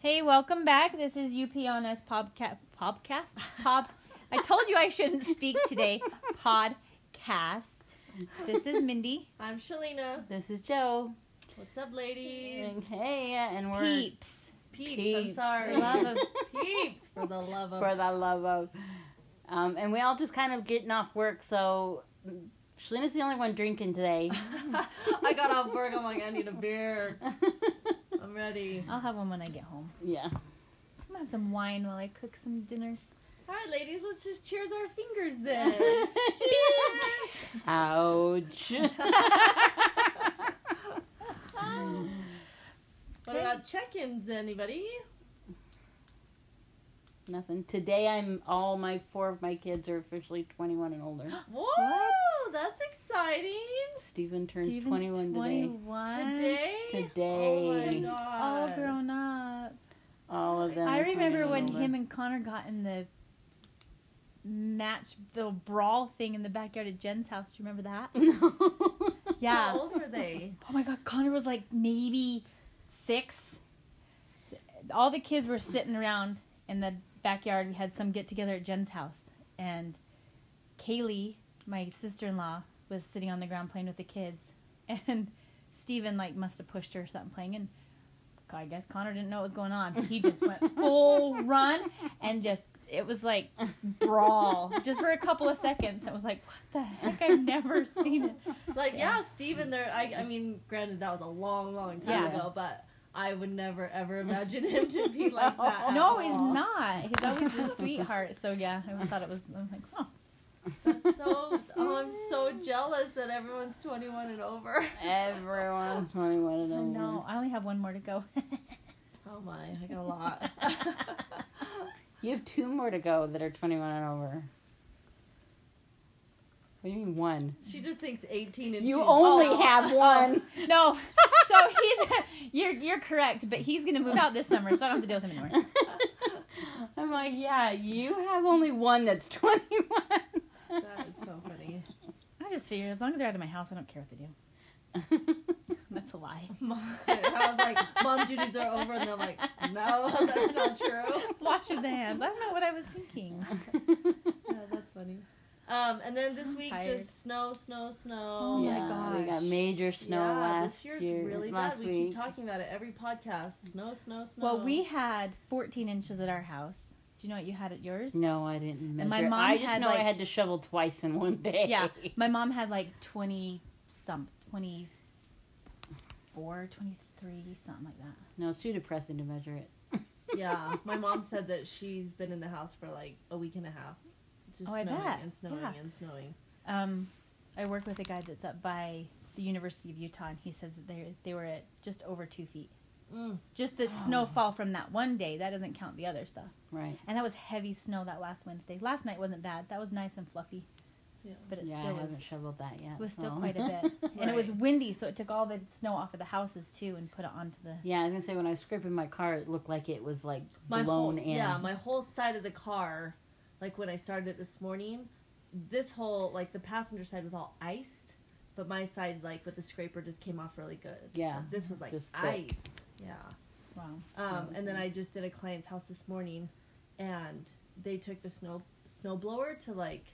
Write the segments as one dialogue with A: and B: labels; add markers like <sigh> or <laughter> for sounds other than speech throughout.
A: everybody. Welcome back. This is UPNS Podcast. Podcast? Pop. I told you I shouldn't speak today. Podcast. This is Mindy.
B: I'm Shalina.
C: This is Joe.
B: What's up, ladies?
C: And hey, and we're
A: Peeps.
B: Peeps,
C: Peeps.
B: I'm sorry. <laughs>
A: Love of-
B: Peeps, for the love of.
C: for the love of. Um, and we all just kind of getting off work, so Shalina's the only one drinking
B: <laughs>
C: today.
B: <laughs> I got off work. I'm like, I need a beer. I'm ready.
A: I'll have one when I get home.
C: yeah.
A: I'm gonna have some wine while I cook some dinner.
B: All right, ladies, let's just cheers our fingers
C: <laughs>
B: then. cheers.
C: Ouch. <laughs>
B: what about check-ins? Anybody?
C: Nothing. Today, I'm all my four of my kids are officially 21
B: <gasps>
C: and older.
B: Whoa, that's exciting.
C: Stephen turns
A: Steven's
C: 21 today.
A: 21.
B: Today. Oh my
C: Today.
B: god.
A: All grown up.
C: All of them.
A: I
C: are
A: remember
C: 21
A: when
C: and older.
A: him and Connor got in the match, the brawl thing in the backyard at Jen's house. Do you remember that?
C: <laughs>
B: How
A: Yeah.
B: old were they?
A: Oh my God, Connor was like maybe six. All the kids were sitting around in the backyard. We had some get together at Jen's house, and Kaylee, my sister in law, was sitting on the ground playing with the kids, <laughs> and Steven like must have pushed her or something playing and. I guess Connor didn't know what was going on. He just went full run and just it was like brawl just for a couple of seconds. It was like what the heck? I've never seen it.
B: Like,
A: Yeah.
B: yeah, Steven, there. I, I mean, granted, that was a long, long time
A: Yeah.
B: ago, but I would never, ever imagine him to be like that. at
A: No, he's
B: all.
A: not. He's always the sweetheart. So yeah, I thought it was. I'm like, oh,
C: <laughs>
B: <laughs> That's so. Oh, I'm so jealous that everyone's 21 and over.
C: Everyone's 21 and older.
A: no, I only have one more to go. <laughs>
B: Oh my, I got a lot.
C: You have two more to go that are 21 and over. What do you mean one?
B: <laughs> she just thinks 18 and
C: You
B: she's-
C: only
B: oh.
C: have one.
A: <laughs>
C: <laughs>
A: no, so he's <laughs> you're you're correct, but he's gonna move out this summer, so I don't have to deal with him anymore.
C: I'm like, yeah, you have only one that's
B: <laughs>
C: 21.
B: That is so funny.
A: I just figure as long as they're out of my house, I don't care what they do. That's a lie. <laughs>
B: Mom, I was like, mom duties are over, and they're like, no, that's not true.
A: Wash your hands. I don't know what I was thinking.
B: Yeah, that's funny. Um, and then this week,
A: tired.
B: just snow, snow, snow.
A: <laughs> Oh my
C: yeah, we
A: gosh.
C: got major snow
B: yeah,
C: last
B: this year's
C: year,
B: really
C: last
B: bad.
C: Week.
B: We keep talking about it every podcast. Snow, snow, snow.
A: Well, we had 14 inches at our house. Do you know what you had at yours?
C: No, I didn't measure.
A: And my
C: it.
A: mom
C: I just
A: had,
C: know
A: like-
C: I had to shovel twice in one day. <laughs>
A: Yeah, my mom had like 20 some, 24, 23, something like that.
C: No, it's too depressing to measure it.
B: yeah, my mom said that she's been in the house for like a week and a half. Just
A: Oh, I
B: snowing
A: bet.
B: and snowing
A: Yeah.
B: and snowing.
A: Um, I work with a guy that's up by the University of Utah, and he says that they they were at just over two feet.
B: Mm.
A: Just
B: <gasps>
A: the snowfall from that one day that doesn't count the other stuff.
C: Right.
A: And that was heavy snow that last Wednesday. Last night wasn't bad. That was nice and fluffy,
B: Yeah.
A: but it
C: yeah, I
A: still
C: haven't
A: was
C: shoveled that yet.
A: was still
C: so.
A: quite a bit.
C: <laughs>
A: And it was
B: Right.
A: windy, so it took all the snow off of the houses too and put it onto the.
C: yeah, I was gonna say when I was scraping my car, it looked like it was like
B: My
C: blown
B: whole,
C: in.
B: yeah, my whole side of the car, like when I started it this morning, this whole like the passenger side was all iced, but my side like with the scraper just came off really good.
C: Yeah,
B: But this was like
C: just
B: ice.
C: thick.
B: Yeah.
A: Wow.
B: Um, and then I just did a client's house this morning, and they took the snow snow blower to like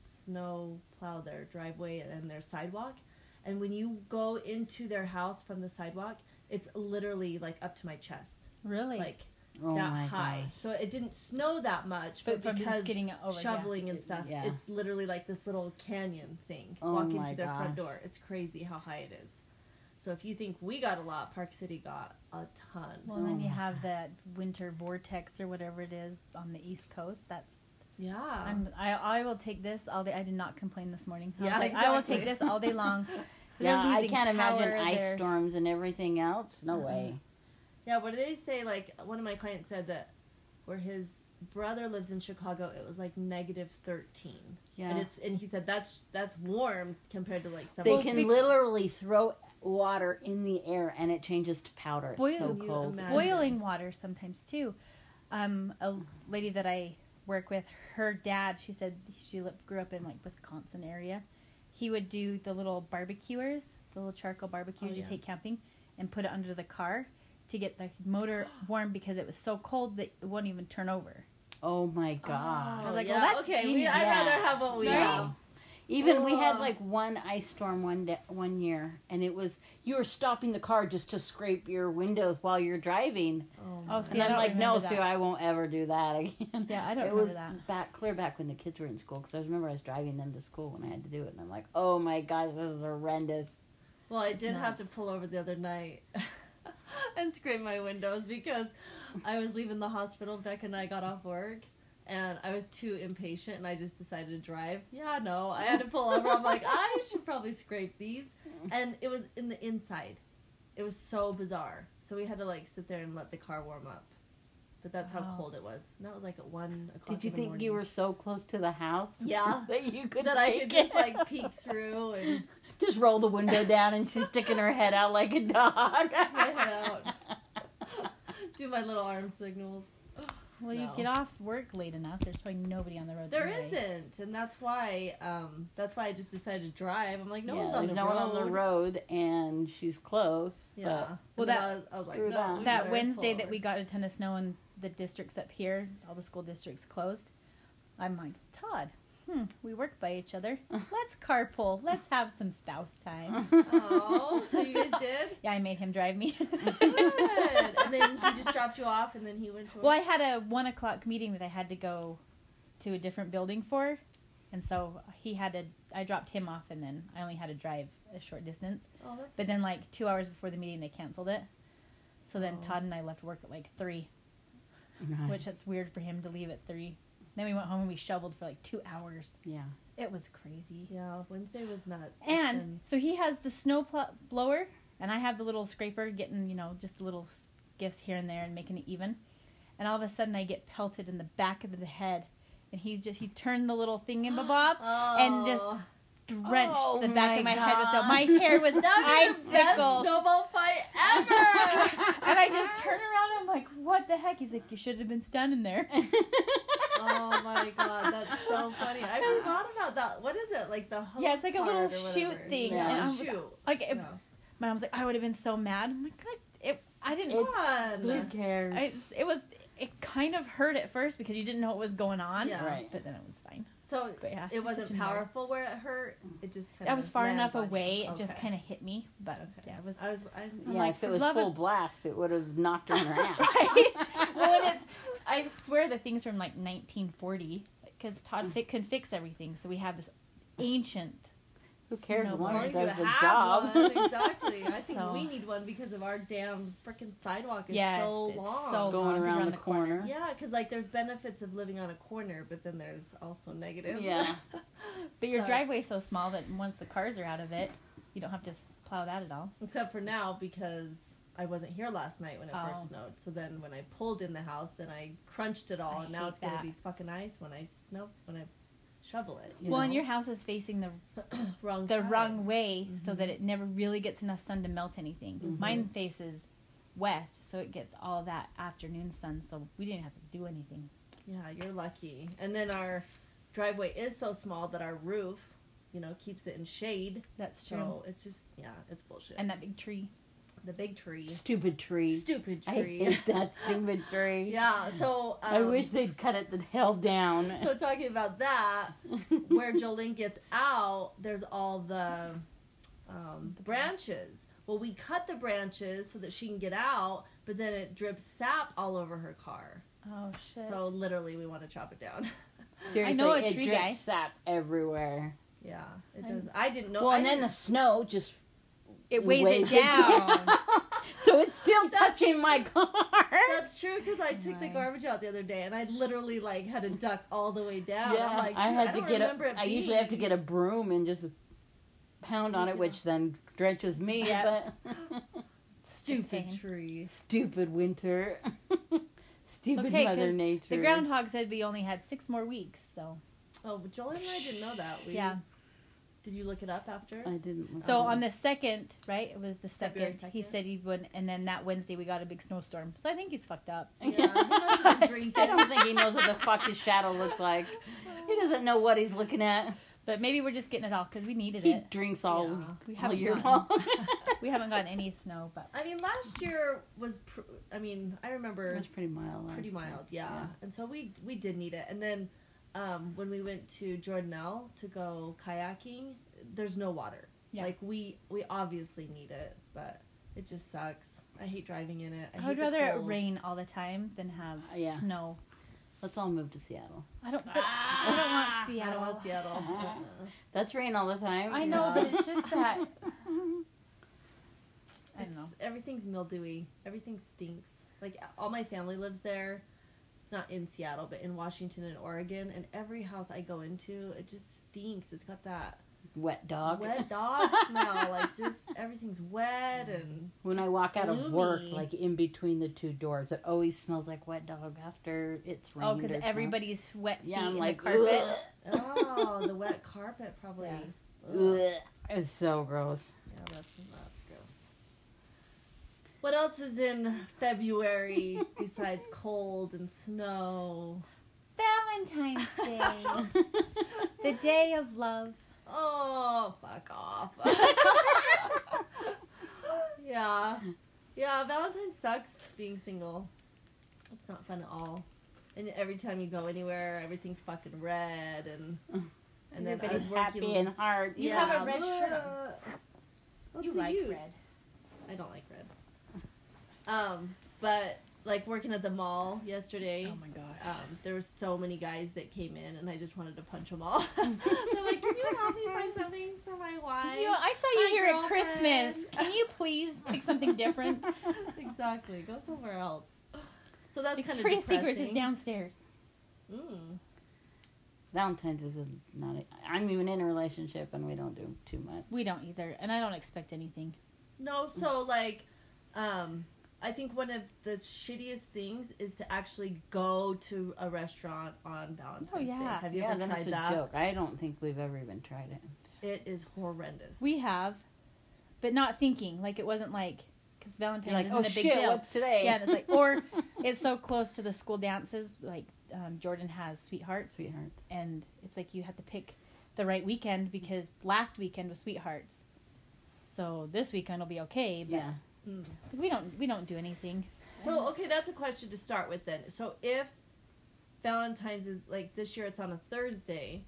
B: snow plow their driveway and then their sidewalk. And when you go into their house from the sidewalk, it's literally like up to my chest,
A: Really?
B: like
C: oh
B: that
C: my
B: high.
C: gosh.
B: So it didn't snow that much,
A: But
B: but,
A: from just
B: because
A: getting it over, yeah.
B: shoveling and stuff,
C: Yeah.
B: it's literally like this little canyon thing.
C: Oh
B: walk into
C: my
B: their front
C: gosh.
B: door. It's crazy how high it is. So if you think we got a lot, Park City got a ton.
A: well, then you
C: Oh,
A: have that winter vortex or whatever it is on the East Coast. That's
B: yeah.
A: I'm, I I will take this all day. I did not complain this morning. I, was
B: Yeah,
A: like, I will
B: exactly.
A: take this all <laughs> day long. They're
C: Yeah, I
A: losing
C: can't imagine
A: power,
C: ice
A: they're-
C: storms and everything else. No way.
B: Yeah, what did they say? Like one of my clients said that where his brother lives in Chicago, it was like negative thirteen.
C: Yeah.
B: And it's and he said that's that's warm compared to like some
C: They
B: other
C: can
B: places.
C: literally throw water in the air and it changes to powder. It's
A: Boil-
C: so
B: you
C: cold.
B: imagine.
A: boiling water sometimes too. Um, a lady that I work with, her dad, she said she li- grew up in like Wisconsin area. He would do the little barbecuers, the little charcoal barbecues
B: Oh,
A: you
B: yeah.
A: take camping, and put it under the car to get the <gasps> motor warm because it was so cold that it wouldn't even turn over.
C: Oh my god.
B: Ah.
A: I was like, well, that's
B: okay. We,
A: genius.
B: I'd
C: Yeah.
B: rather have what we
A: Right?
B: have.
C: Even we had
B: Oh.
C: like one ice storm one day, one year, and it was you were stopping the car just to scrape your windows while you're driving.
A: Oh,
C: And
A: See, I
C: I'm
A: don't
C: like, no,
A: remember
C: Sue,
A: that.
C: I won't ever do that <laughs> again.
A: Yeah, I don't
C: it
A: remember
C: was
A: that.
C: back clear back when the kids were in school because I remember I was driving them to school when I had to do it, and I'm like, oh my gosh, this is horrendous.
B: Well, I did have
A: Nuts.
B: to pull over the other night <laughs> and scrape my windows because I was leaving the hospital. Beck and I got off work. And I was too impatient, and I just decided to drive. Yeah, no, I had to pull over. I'm
C: <laughs>
B: like, I should probably scrape these. And it was in the inside. It was so bizarre. So we had to like sit there and let the car warm up. But that's how
A: Wow.
B: cold it was. And that was like at one o'clock.
C: Did you
B: in the
C: think you were
B: morning.
C: so close to the house?
B: Yeah.
C: <laughs> that you could
B: that I could
C: take
B: just
C: it? <laughs>
B: like peek through and
C: just roll the window down, and she's sticking her head out like <laughs> a dog.
B: my head out, do my little arm signals.
A: Well, you
B: No.
A: get off work late enough. There's probably nobody on the road.
B: There
A: anyway.
B: isn't, and that's why um, that's why I just decided to drive. I'm like, no
C: Yeah,
B: one's on the
C: there's no
B: road.
C: one on the road, and she's close. but-
B: Yeah.
A: Well, that-
B: well, that I was, I was like,
C: screw
B: no,
C: that.
B: we better
A: That
B: pull
A: Wednesday that
B: over.
A: we got a ton of snow and the districts up here, all the school districts closed. I'm like, Todd, hmm, we work by each other. Let's carpool. Let's have some spouse
C: <laughs>
A: time.
B: <laughs> Oh, so you guys
A: <laughs>
B: did.
A: Yeah, I made him drive me.
B: Good. And then he just dropped you off, and then he went to.
A: Well, I
B: work?
A: had a one o'clock meeting that I had to go to a different building for, and so he had to. I dropped him off, and then I only had to drive a short distance.
B: Oh, that's
A: But then, like two hours before the meeting, they canceled it. So then
B: Oh.
A: Todd and I left work at like three,
C: Nice.
A: which that's weird for him to leave at three. Then we went home and we shoveled for like two hours.
C: yeah. <laughs>
A: It was crazy.
B: yeah. Wednesday was nuts. It's
A: And
B: been-
A: so he has the snow pl- blower, and I have the little scraper, getting you know just little s- gifts here and there and making it even. And all of a sudden, I get pelted in the back of the head, and he just he turned the little thing in
C: <gasps>
A: bob,
B: oh,
A: and just drenched
C: Oh
A: the back of
C: my
A: my head with snow.
C: God.
A: My hair
C: <laughs>
A: was
B: that was the best
A: icicle,
B: snowball fight
A: <laughs>
B: ever.
A: and I just turn around. I'm like, what the heck? He's like, you should have been standing there.
C: <laughs>
B: oh my god, that's so funny. I forgot about that. What is it? Like the host
A: Yeah, it's like a little
B: part or
A: shoot
B: whatever.
A: thing,
B: Yeah,
C: and
A: I'm-
B: shoot.
A: Like, it,
B: No.
A: my mom's like, I would have been so mad. I'm like, God, it, I didn't.
C: It's-
B: Fun.
C: <laughs> Who cares?
A: I just- it was it kind of hurt at first because you didn't know what was going on.
B: Yeah.
C: Right.
A: But then it was fine.
B: so
A: But yeah,
B: it
A: it's such
B: wasn't
A: a nerd.
B: powerful where it hurt. It just kind
A: I
B: of
A: was far enough
B: lands on you.
A: away. It just
B: Okay.
A: kind of hit me, but
B: <laughs> Okay.
A: yeah, it was.
B: I was. I'm,
C: yeah,
A: like,
C: if
A: for
C: it was
A: love
C: full
A: of-
C: blast, it would have knocked her on <laughs> her ass.
A: <laughs> Right. well, and it's. I swear the things from like 1940 because Todd fi- can fix everything. So we have this ancient.
C: Who cares?
A: snowboard.
B: as
C: One
B: long
C: it
B: as
C: does
B: you
C: the
B: have
C: job.
B: one, exactly. I
A: <laughs>
B: think
A: So-
B: we need one because of our damn freaking sidewalk is
A: Yes,
B: so
A: it's so
B: long.
C: Going
A: long, 'cause you're
C: around
A: on
C: the,
A: the corner.
C: corner.
B: yeah, because like there's benefits of living on a corner, but then there's also negatives.
C: Yeah.
A: But your
B: Sucks.
A: driveway's so small that once the cars are out of it, you don't have to s- plow that at all.
B: Except for now because I wasn't here last night when it
A: Oh.
B: first snowed. So then when I pulled in the house, then I crunched it
A: I
B: all, and now
A: hate
B: it's gonna
A: that.
B: be fucking ice when I snow when I shovel it.
C: You
A: well, and
C: know?
A: your house is facing the
B: Wrong.
A: the
B: side.
A: wrong way so that it never really gets enough sun to melt anything. Mine faces west, so it gets all that afternoon sun, so we didn't have to do anything.
B: Yeah, you're lucky. And then our driveway is so small that our roof, you know, keeps it in shade.
A: That's
B: So it's just yeah, it's bullshit.
A: And that big tree.
B: the big tree,
C: Stupid tree.
B: stupid
C: <laughs> I
B: tree.
C: hate that stupid tree.
B: yeah. So um,
C: I wish they'd cut it the hell down.
B: <laughs> So talking about that, where Jolene gets out, there's all the um, branches. Well, we cut the branches so that she can get out, but then it drips sap all over her car.
A: Oh shit.
B: So literally, we want to chop it down. <laughs>
C: Seriously,
A: I know a
C: it
A: tree
C: drips
A: guy.
C: sap everywhere.
B: yeah, it
A: I'm-
B: does. I didn't know.
C: well,
B: I
C: and then the
B: didn't-
C: snow just
A: it weighs,
C: weighs
A: it
C: it
A: down.
C: <laughs> so it's still
B: <laughs>
C: touching my car.
B: That's true because I took the
A: my.
B: garbage out the other day and I literally like had to duck all the way down.
C: yeah,
B: I'm like,
C: I
B: "Dude,
C: had
B: don't
C: to get
B: remember
C: a.
B: it
C: I usually have to
B: being-
C: get a broom and just pound on it, which then drenches me.
A: Yep.
C: But
B: stupid
A: Pain.
B: tree.
C: stupid winter, <laughs> stupid
A: Okay, 'cause
C: Mother
A: the
C: Nature.
A: <laughs> the groundhog said we only had six more weeks, so
B: Oh, but Joel and I didn't know that. We,
A: yeah.
B: Did you look it up after?
C: I didn't. look
A: So
C: at
A: on
C: <laughs> it.
A: the second, right? It was the
B: February
A: Oh. second. He
B: 2nd?
A: said he would, and then that Wednesday we got a big snowstorm. So I think he's fucked up.
B: Yeah, he must have been
C: I
B: drinking. <laughs>
C: don't think he knows what the fuck his shadow looks like. He doesn't know what he's looking at.
A: But maybe we're just getting it all because we needed <laughs>
C: He
A: it.
C: drinks all,
B: Yeah.
A: We
C: all
A: haven't
C: year
A: gone.
C: long.
A: We haven't gotten any snow, but
B: I mean, last year was. Pr- I mean, I
C: it
B: remember
C: was pretty mild. last
B: pretty
C: year.
B: mild, yeah.
C: Yeah.
B: And so we we did need it. And then um, when we went to Jordanelle to go kayaking, there's no water.
A: Yeah.
B: Like we we obviously need it, but it just sucks. I hate driving in it. I,
A: I,
B: hate
A: would
B: the
A: rather it
B: cold.
A: rain all the time than have
C: Uh, yeah.
A: snow.
C: Let's all move to Seattle.
A: I don't. but I don't want
B: Ah. I
A: Seattle.
B: don't want Seattle.
C: That's rain all the time.
A: I know,
B: Yeah.
A: but it's just that.
C: <laughs>
A: I don't
B: It's-
A: know.
B: Everything's mildewy. Everything stinks. Like all my family lives there, not in Seattle, but in Washington and Oregon. And every house I go into, it just stinks. It's got that
C: wet dog.
B: wet dog smell. Like just everything's wet and
C: When I walk out of work,
B: gloomy.
C: like in between the two doors, it always smells like wet dog after it's rained.
A: Oh,
C: or
A: because
C: something.
A: everybody's wet feet
C: Yeah, I'm
A: in
C: like
A: the carpet.
C: "Ugh,
B: oh, the wet carpet probably.
C: Yeah.
B: Ugh.
C: ugh." It's
A: <laughs>
C: so gross.
B: Yeah, that's that's gross. What else is in February besides cold and snow?
A: Valentine's Day, the day of love.
B: Oh, fuck off.
A: <laughs>
B: <laughs> yeah. Yeah, Valentine's sucks being single. It's not fun at all. And every time you go anywhere, everything's fucking red and and then I was
C: Everybody's happy
B: working.
C: and hard.
A: You have a red
B: blah.
A: shirt on.
B: What's
A: you
B: the
A: like
B: use?
A: red.
B: I don't like red. Um, but like working at the mall yesterday,
A: my gosh.
B: um, there were so many guys that came in, and I just wanted to punch them all. <laughs> They're like, "Can you help me find something for my wife?"
A: You know, I saw you
B: My
A: here at
B: girlfriend.
A: Christmas. Can you please pick something
C: <laughs>
A: different?
B: <laughs> exactly. Go somewhere else. So that's kind of
A: Victoria's
B: depressing.
A: Secrets is downstairs.
B: Mm.
C: Valentine's is a- not. A, I'm even in a relationship, and we don't do too much.
A: We don't either, and I don't expect anything.
B: No, so like, um, I think one of the shittiest things is to actually go to a restaurant on Valentine's Day.
A: yeah.
B: Have you
C: yeah,
B: ever
C: then
B: tried
C: it's a
B: that?
C: joke. I don't think we've ever even tried it.
B: It is horrendous.
A: We have, but not thinking. Like it wasn't like because Valentine's
C: You're like,
A: isn't
C: oh
A: a big
C: shit,
A: deal.
C: what's today?
A: Yeah, and
B: <laughs>
A: it's like, or it's so close to the school dances. Like um, Jordan has sweethearts,
C: <laughs> sweetheart.
A: and it's like you have to pick the right weekend because last weekend was sweethearts. So this weekend will be okay, but
C: Yeah,
B: Mm.
A: we don't we don't do anything.
B: So okay, that's a question to start with then. So if Valentine's is like this year, it's on a Thursday.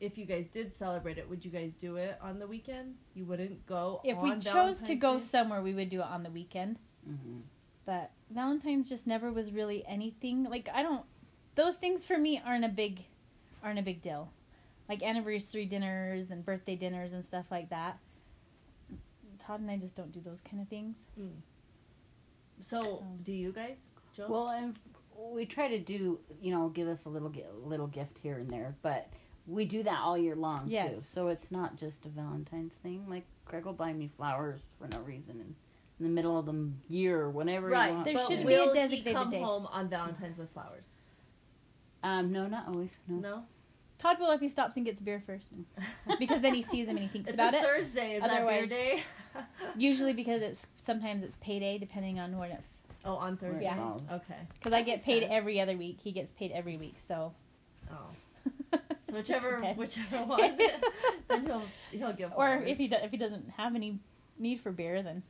B: If you guys did celebrate it, would you guys do it on the weekend? You wouldn't go.
A: If we
B: on
A: chose to
B: Valentine's
A: go
B: Day?
A: somewhere, we would do it on the weekend.
C: hmm
A: But Valentine's just never was really anything. Like I don't those things for me aren't a big aren't a big deal. Like anniversary dinners and birthday dinners and stuff like that. Todd and I just don't do those kind of things.
B: so do you guys? Joe?
C: Well, and we try to do, you know, give us a little gi- little gift here and there, but we do that all year long too.
A: Yes.
C: So it's not just a Valentine's thing. Like Greg will buy me flowers for no reason in, in the middle of the m- year or whenever. he
B: right.
C: wants.
A: There
B: but
A: should be a
B: will he
A: designated
B: come
A: day.
B: home on Valentine's with flowers?
C: Um, no, not always. No.
B: No.
A: Todd will if he stops and gets beer first.
B: <laughs>
A: Because then he sees him and he thinks
B: It's
A: about
B: a
A: it.
B: Thursday. Is that beer
A: Otherwise-
B: day?
A: Usually because it's sometimes it's payday depending on when it
B: <laughs> oh, on Thursday.
A: Yeah.
C: Well,
B: Okay.
A: cuz I get paid
B: Makes sense.
A: every other week. He gets paid every week. So <laughs>
B: Oh. So
A: Just
B: whichever
A: depends. <laughs>
B: whichever one, <laughs> then he'll he'll give.
A: or
B: flowers.
A: if he do, if he doesn't have any need for beer then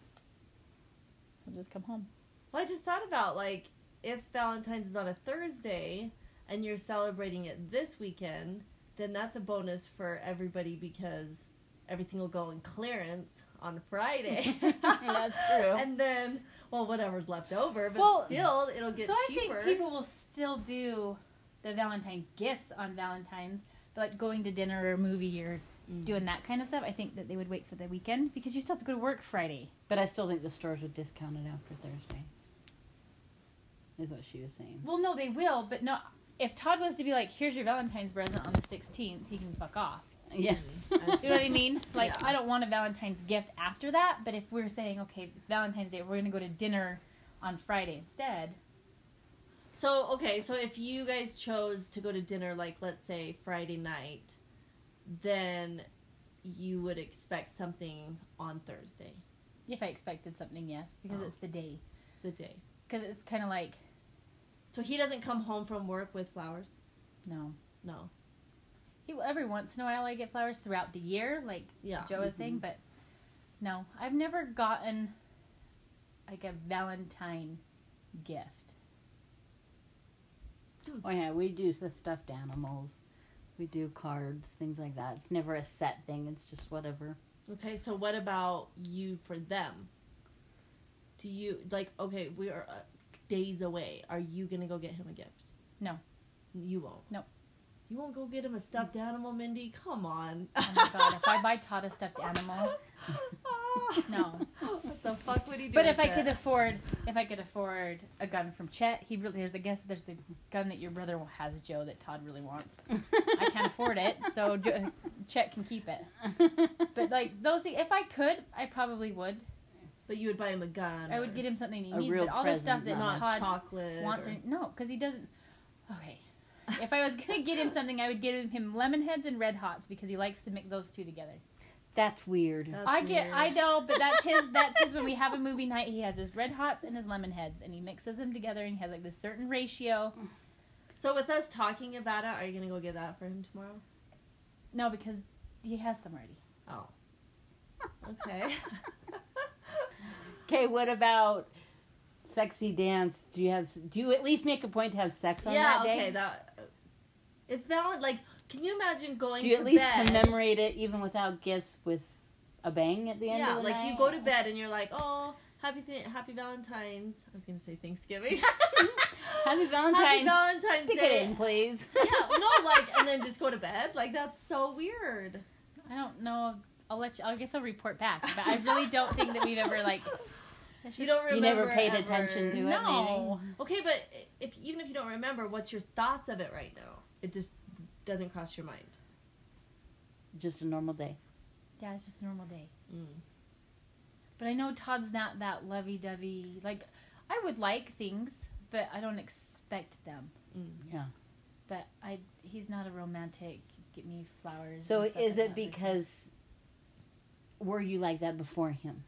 A: he'll just come home.
B: Well, I just thought about like if Valentine's is on a Thursday and you're celebrating it this weekend, then that's a bonus for everybody because everything will go in clearance on
A: <laughs>
B: Friday.
C: That's true.
B: And then, well, whatever's left over, but
A: Well,
B: still, it'll get
A: so
B: cheaper.
A: I think
B: <laughs>
A: people will still do the Valentine gifts on Valentine's, but like going to dinner or movie or doing that kind of stuff. I think that they would wait for the weekend because you still have to go to work Friday.
C: But I still think the stores would discount it after Thursday. Is what she was saying. <laughs>
A: Well, no, they will, but no. If Todd was to be like, "Here's your Valentine's present on the 16th," he can fuck off.
C: Yeah.
B: I
A: You know what I
B: <laughs>
A: mean? Like,
B: Yeah.
A: I don't want a Valentine's gift after that. But if we're saying, "Okay, it's Valentine's Day, we're gonna go to dinner on Friday instead,"
B: So okay, so if you guys chose to go to dinner, like let's say Friday night, then you would expect something on Thursday,
A: if I expected something, yes, because
B: Oh.
A: it's the day.
B: the day.
A: Because it's kind of like,
B: So he doesn't come home from work with flowers.
A: no,
B: No.
A: He People, every once in a while, I get flowers throughout the year, like
B: Yeah. Mm-hmm.
A: Joe was saying, but no, I've never gotten like a Valentine gift.
C: Oh yeah, we do the stuffed animals. We do cards, things like that. It's never a set thing. It's just whatever.
B: Okay, so what about you for them? Do you like okay, we are uh, days away. Are you going to go get him a gift?
A: No.
B: You won't.
A: No. Mm.
B: You won't go get him a stuffed animal, Mindy? Come on.
A: <laughs>
B: <laughs>
A: Oh my god, if I buy Todd a stuffed animal,
B: <laughs>
A: no.
B: What the fuck would he do?
A: But if I
B: with
A: could
B: it?
A: afford, if I could afford a gun from Chet, he really there's I guess there's the gun that your brother has Joe that Todd really wants. I can't afford it, so Jo- Chet can keep it. But like those, thi- if I could, I probably would.
B: But you would buy him a gun.
A: I would
B: or
A: get him something he
C: A
A: needs.
C: real
A: But all the stuff
C: present,
A: that
B: not
A: Todd
B: chocolate.
A: wants,
B: or-
A: or, no, because he doesn't. Okay, if I was gonna get him something, I would give him lemon heads and red hots because he likes to mix those two together.
C: <laughs> That's weird.
B: That's
A: I get,
B: weird.
A: I know, but that's his.
C: <laughs>
A: That's his. When we have a movie night, he has his red hots and his lemon heads, and he mixes them together, and he has like this certain ratio.
B: So with us talking about it, are you going to go get that for him tomorrow?
A: No, because he has some already.
B: Oh.
A: <laughs>
B: Okay.
C: Okay, what about sexy dance? Do you have? Do you at least make a point to have sex on
B: yeah,
C: that day?
B: okay, that uh, It's valid. Like, can you imagine going
C: do you
B: to
C: at least
B: bed?
C: commemorate it even without gifts with a bang at the end?
B: yeah,
C: of the
B: like
C: night?
B: you go to bed and you're like, "Oh, happy th- happy Valentine's." I was going to say Thanksgiving. <laughs>
C: Happy Valentine's.
B: happy Valentine's
C: Stick
B: Day.
C: it in, please.
B: yeah, no, like and then just go to bed. Like that's so weird.
A: I don't know. I'll let you. I guess I'll report back. But I really don't think that we've ever
C: <laughs>
A: like.
B: <laughs> You don't remember
C: <laughs> you never paid
B: ever-
C: attention to it.
A: No.
C: maybe?
B: Okay, but if even if you don't remember, what's your thoughts of it right now? It just doesn't cross your mind.
C: Just a normal day.
A: Yeah, it's just a normal day.
B: Mm.
A: But I know Todd's not that lovey-dovey. Like, I would like things, but I don't expect them.
C: Mm, Yeah.
A: But I, he's not a romantic. Get me flowers.
C: So
A: and stuff like
C: is it
A: that person.
C: because were you like that before him?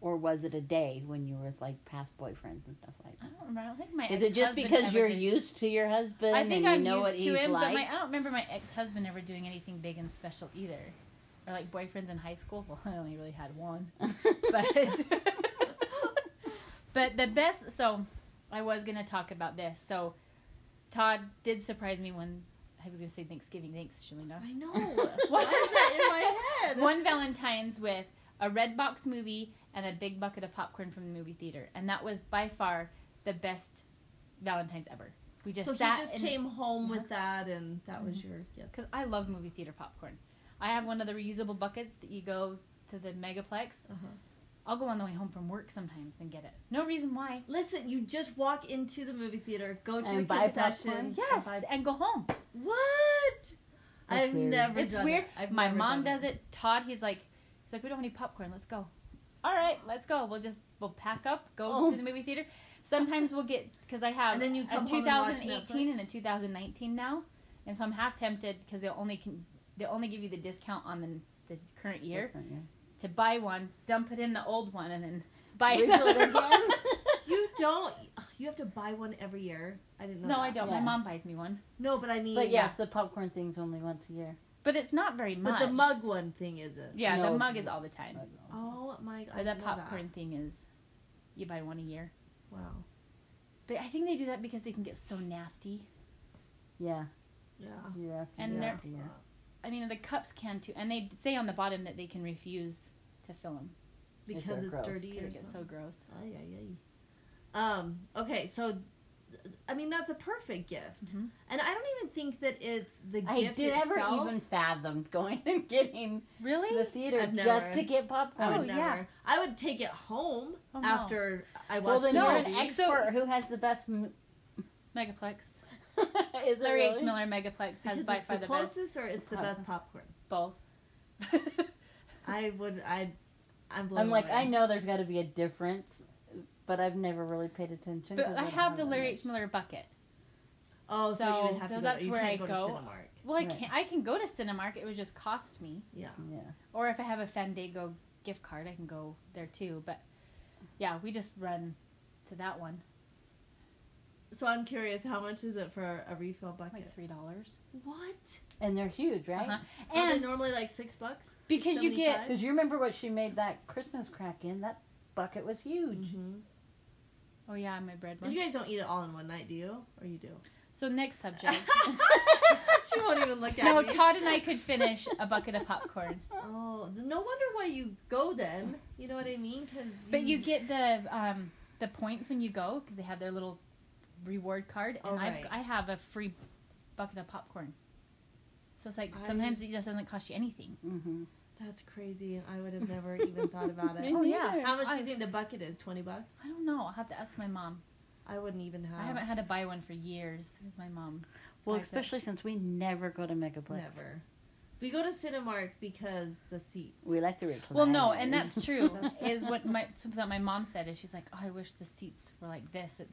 C: Or was it a day when you were with like past boyfriends and stuff like
A: I
C: that?
A: don't remember. I don't think my
C: Is it just
A: ex-husband
C: because
A: ever
C: you're
A: did-
C: used to your husband
A: I think
C: and you
A: I'm
C: know what
A: used to
C: he's
A: him,
C: like?
A: but <laughs> my, I don't remember my ex-husband ever doing anything big and special either, or like boyfriends in high school. Well, <laughs> I only really had one,
C: <laughs>
A: but <laughs> but the best. So I was gonna talk about this. So Todd did surprise me when I was gonna say Thanksgiving. Thanks, Shalina.
B: I
C: <laughs>
B: know. Why is that in my head?
A: One Valentine's with a red box movie and a big bucket of popcorn from the movie theater, and that was by far the best Valentine's ever. We just
B: so he
A: sat Uh-huh.
B: just
A: and-
B: came home with that, and that
A: Mm-hmm.
B: was your gift.
A: because I love movie theater popcorn. I have one of the reusable buckets that you go to the megaplex.
B: Uh-huh.
A: I'll go on the way home from work sometimes and get it. No reason why.
B: Listen, you just walk into the movie theater, go to
C: And
B: the
C: buy
B: concession.
C: popcorn?
A: Yes,
B: buy-
A: and go home.
B: what?
C: That's
B: I've
C: weird.
B: never.
A: It's
B: done
A: weird.
B: it. I've
A: My
B: never
A: mom
B: done
A: does it. Todd, he's like, he's like, we don't have any popcorn. Let's go. All right, let's go. We'll just we'll pack up, go
C: Oh.
A: to the movie theater. Sometimes we'll get <laughs> because I have
B: And then you
A: a
B: come home and watch
A: 2018 and a 2019 now, and so I'm half tempted because they only can they only give you the discount on the the current year. to buy one, dump it in the old one, and then buy
C: Refill
A: another
C: it again?
A: one. <laughs>
B: You don't. You have to buy one every year. I didn't know.
A: no,
B: that.
A: I don't. My
C: Yeah.
A: mom buys me one,
B: No, but I mean.
C: But yes, the popcorn thing's only once a year.
A: but it's not very
B: But
A: much.
B: the mug one thing isn't.
A: yeah,
C: No.
A: the mug is all the time.
B: Oh my god.
A: Or the
B: I love
A: popcorn thing is, you buy one a year.
B: That. Wow.
A: But I think they do that because they can get so nasty.
C: Yeah.
B: Yeah.
C: Year after
A: And
C: year
A: they're-
C: after year.
A: I mean, the cups can too, and they say on the bottom that they can refuse to fill them.
C: they're
B: Because it's
C: gross.
B: dirty or
A: It gets so
B: something.
A: gross.
B: Ay, ay, ay. Um. Okay. So, I mean, that's a perfect gift,
A: Mhm.
B: and I don't even think that it's the
C: I
B: gift
C: never
B: itself.
C: even fathomed going and getting
A: Really?
C: the theater
B: I've never-
C: just to get
B: I
C: popcorn.
B: would
A: Oh, yeah.
B: never. I would take it home
A: Oh, no.
B: after I
C: well,
B: watched
C: then
B: the
C: you're
A: No,
C: an
B: movie.
A: ex- so-
C: expert who has the best. M- <laughs>
A: Megaplex.
C: Is it
A: Larry H.
C: really?
A: Miller Megaplex has
B: Because
A: by
B: it's
A: far
B: the
A: the best.
B: closest, or it's the
C: Oh.
B: best popcorn.
A: Both. <laughs>
B: I would. I. I'm. Blown
C: I'm like,
B: away.
C: I know there's got to be a difference, but I've never really paid attention.
A: but
C: 'cause
A: I
C: don't
A: have the
C: that
A: Larry
C: much.
A: H. Miller bucket.
B: Oh, so, you
A: So,
B: would have to
A: so
B: go.
A: that's
B: you
A: where
B: can't
A: I
B: go,
A: go.
B: to Cinemark.
A: Well, I
C: Right.
A: can not I can go to Cinemark. It would just cost me.
B: Yeah.
C: Yeah.
A: Or if I have a Fandango gift card, I can go there too. But yeah, we just run to that one.
B: So I'm curious, how much is it for a refill bucket?
A: like three dollars.
B: what?
C: and they're huge, right?
A: Uh-huh.
B: Are they
A: And
B: normally like six bucks?
A: because you get
B: 75?
C: Because you remember what she made that Christmas crack in? That bucket was huge.
B: Mm-hmm.
A: oh yeah, my bread
B: But
A: one.
B: you guys don't eat it all in one night, do you? Or you do?
A: <laughs> So next subject.
B: <laughs> she won't even look at
A: no,
B: me.
A: Todd and I could finish a bucket of popcorn,
B: <laughs> oh, th- no wonder why you go then. You know what I mean? Because
A: but you get the um the points when you go because they have their little reward card, and
B: Oh,
A: I've,
B: right.
A: I have a free bucket of popcorn. So it's like
B: I-
A: sometimes it just doesn't cost you anything.
C: Mm-hmm.
B: That's crazy. I would have never even thought about
A: <laughs>
B: it.
A: Me Oh, yeah. neither.
B: How much do
A: I-
B: you think the bucket is? Twenty bucks?
A: I don't know. I'll have to ask my mom.
B: I wouldn't even have.
A: I haven't had to buy one for years because my mom.
C: Well,
A: buys it.
C: especially since we never go to Megaplex.
B: never. We go to Cinemark because the seats.
C: We like to recline.
A: Well, no, and <laughs> that's true.
C: <laughs>
A: is
B: That's-
A: what my something that my mom said is she's like, oh, I wish the seats were like this at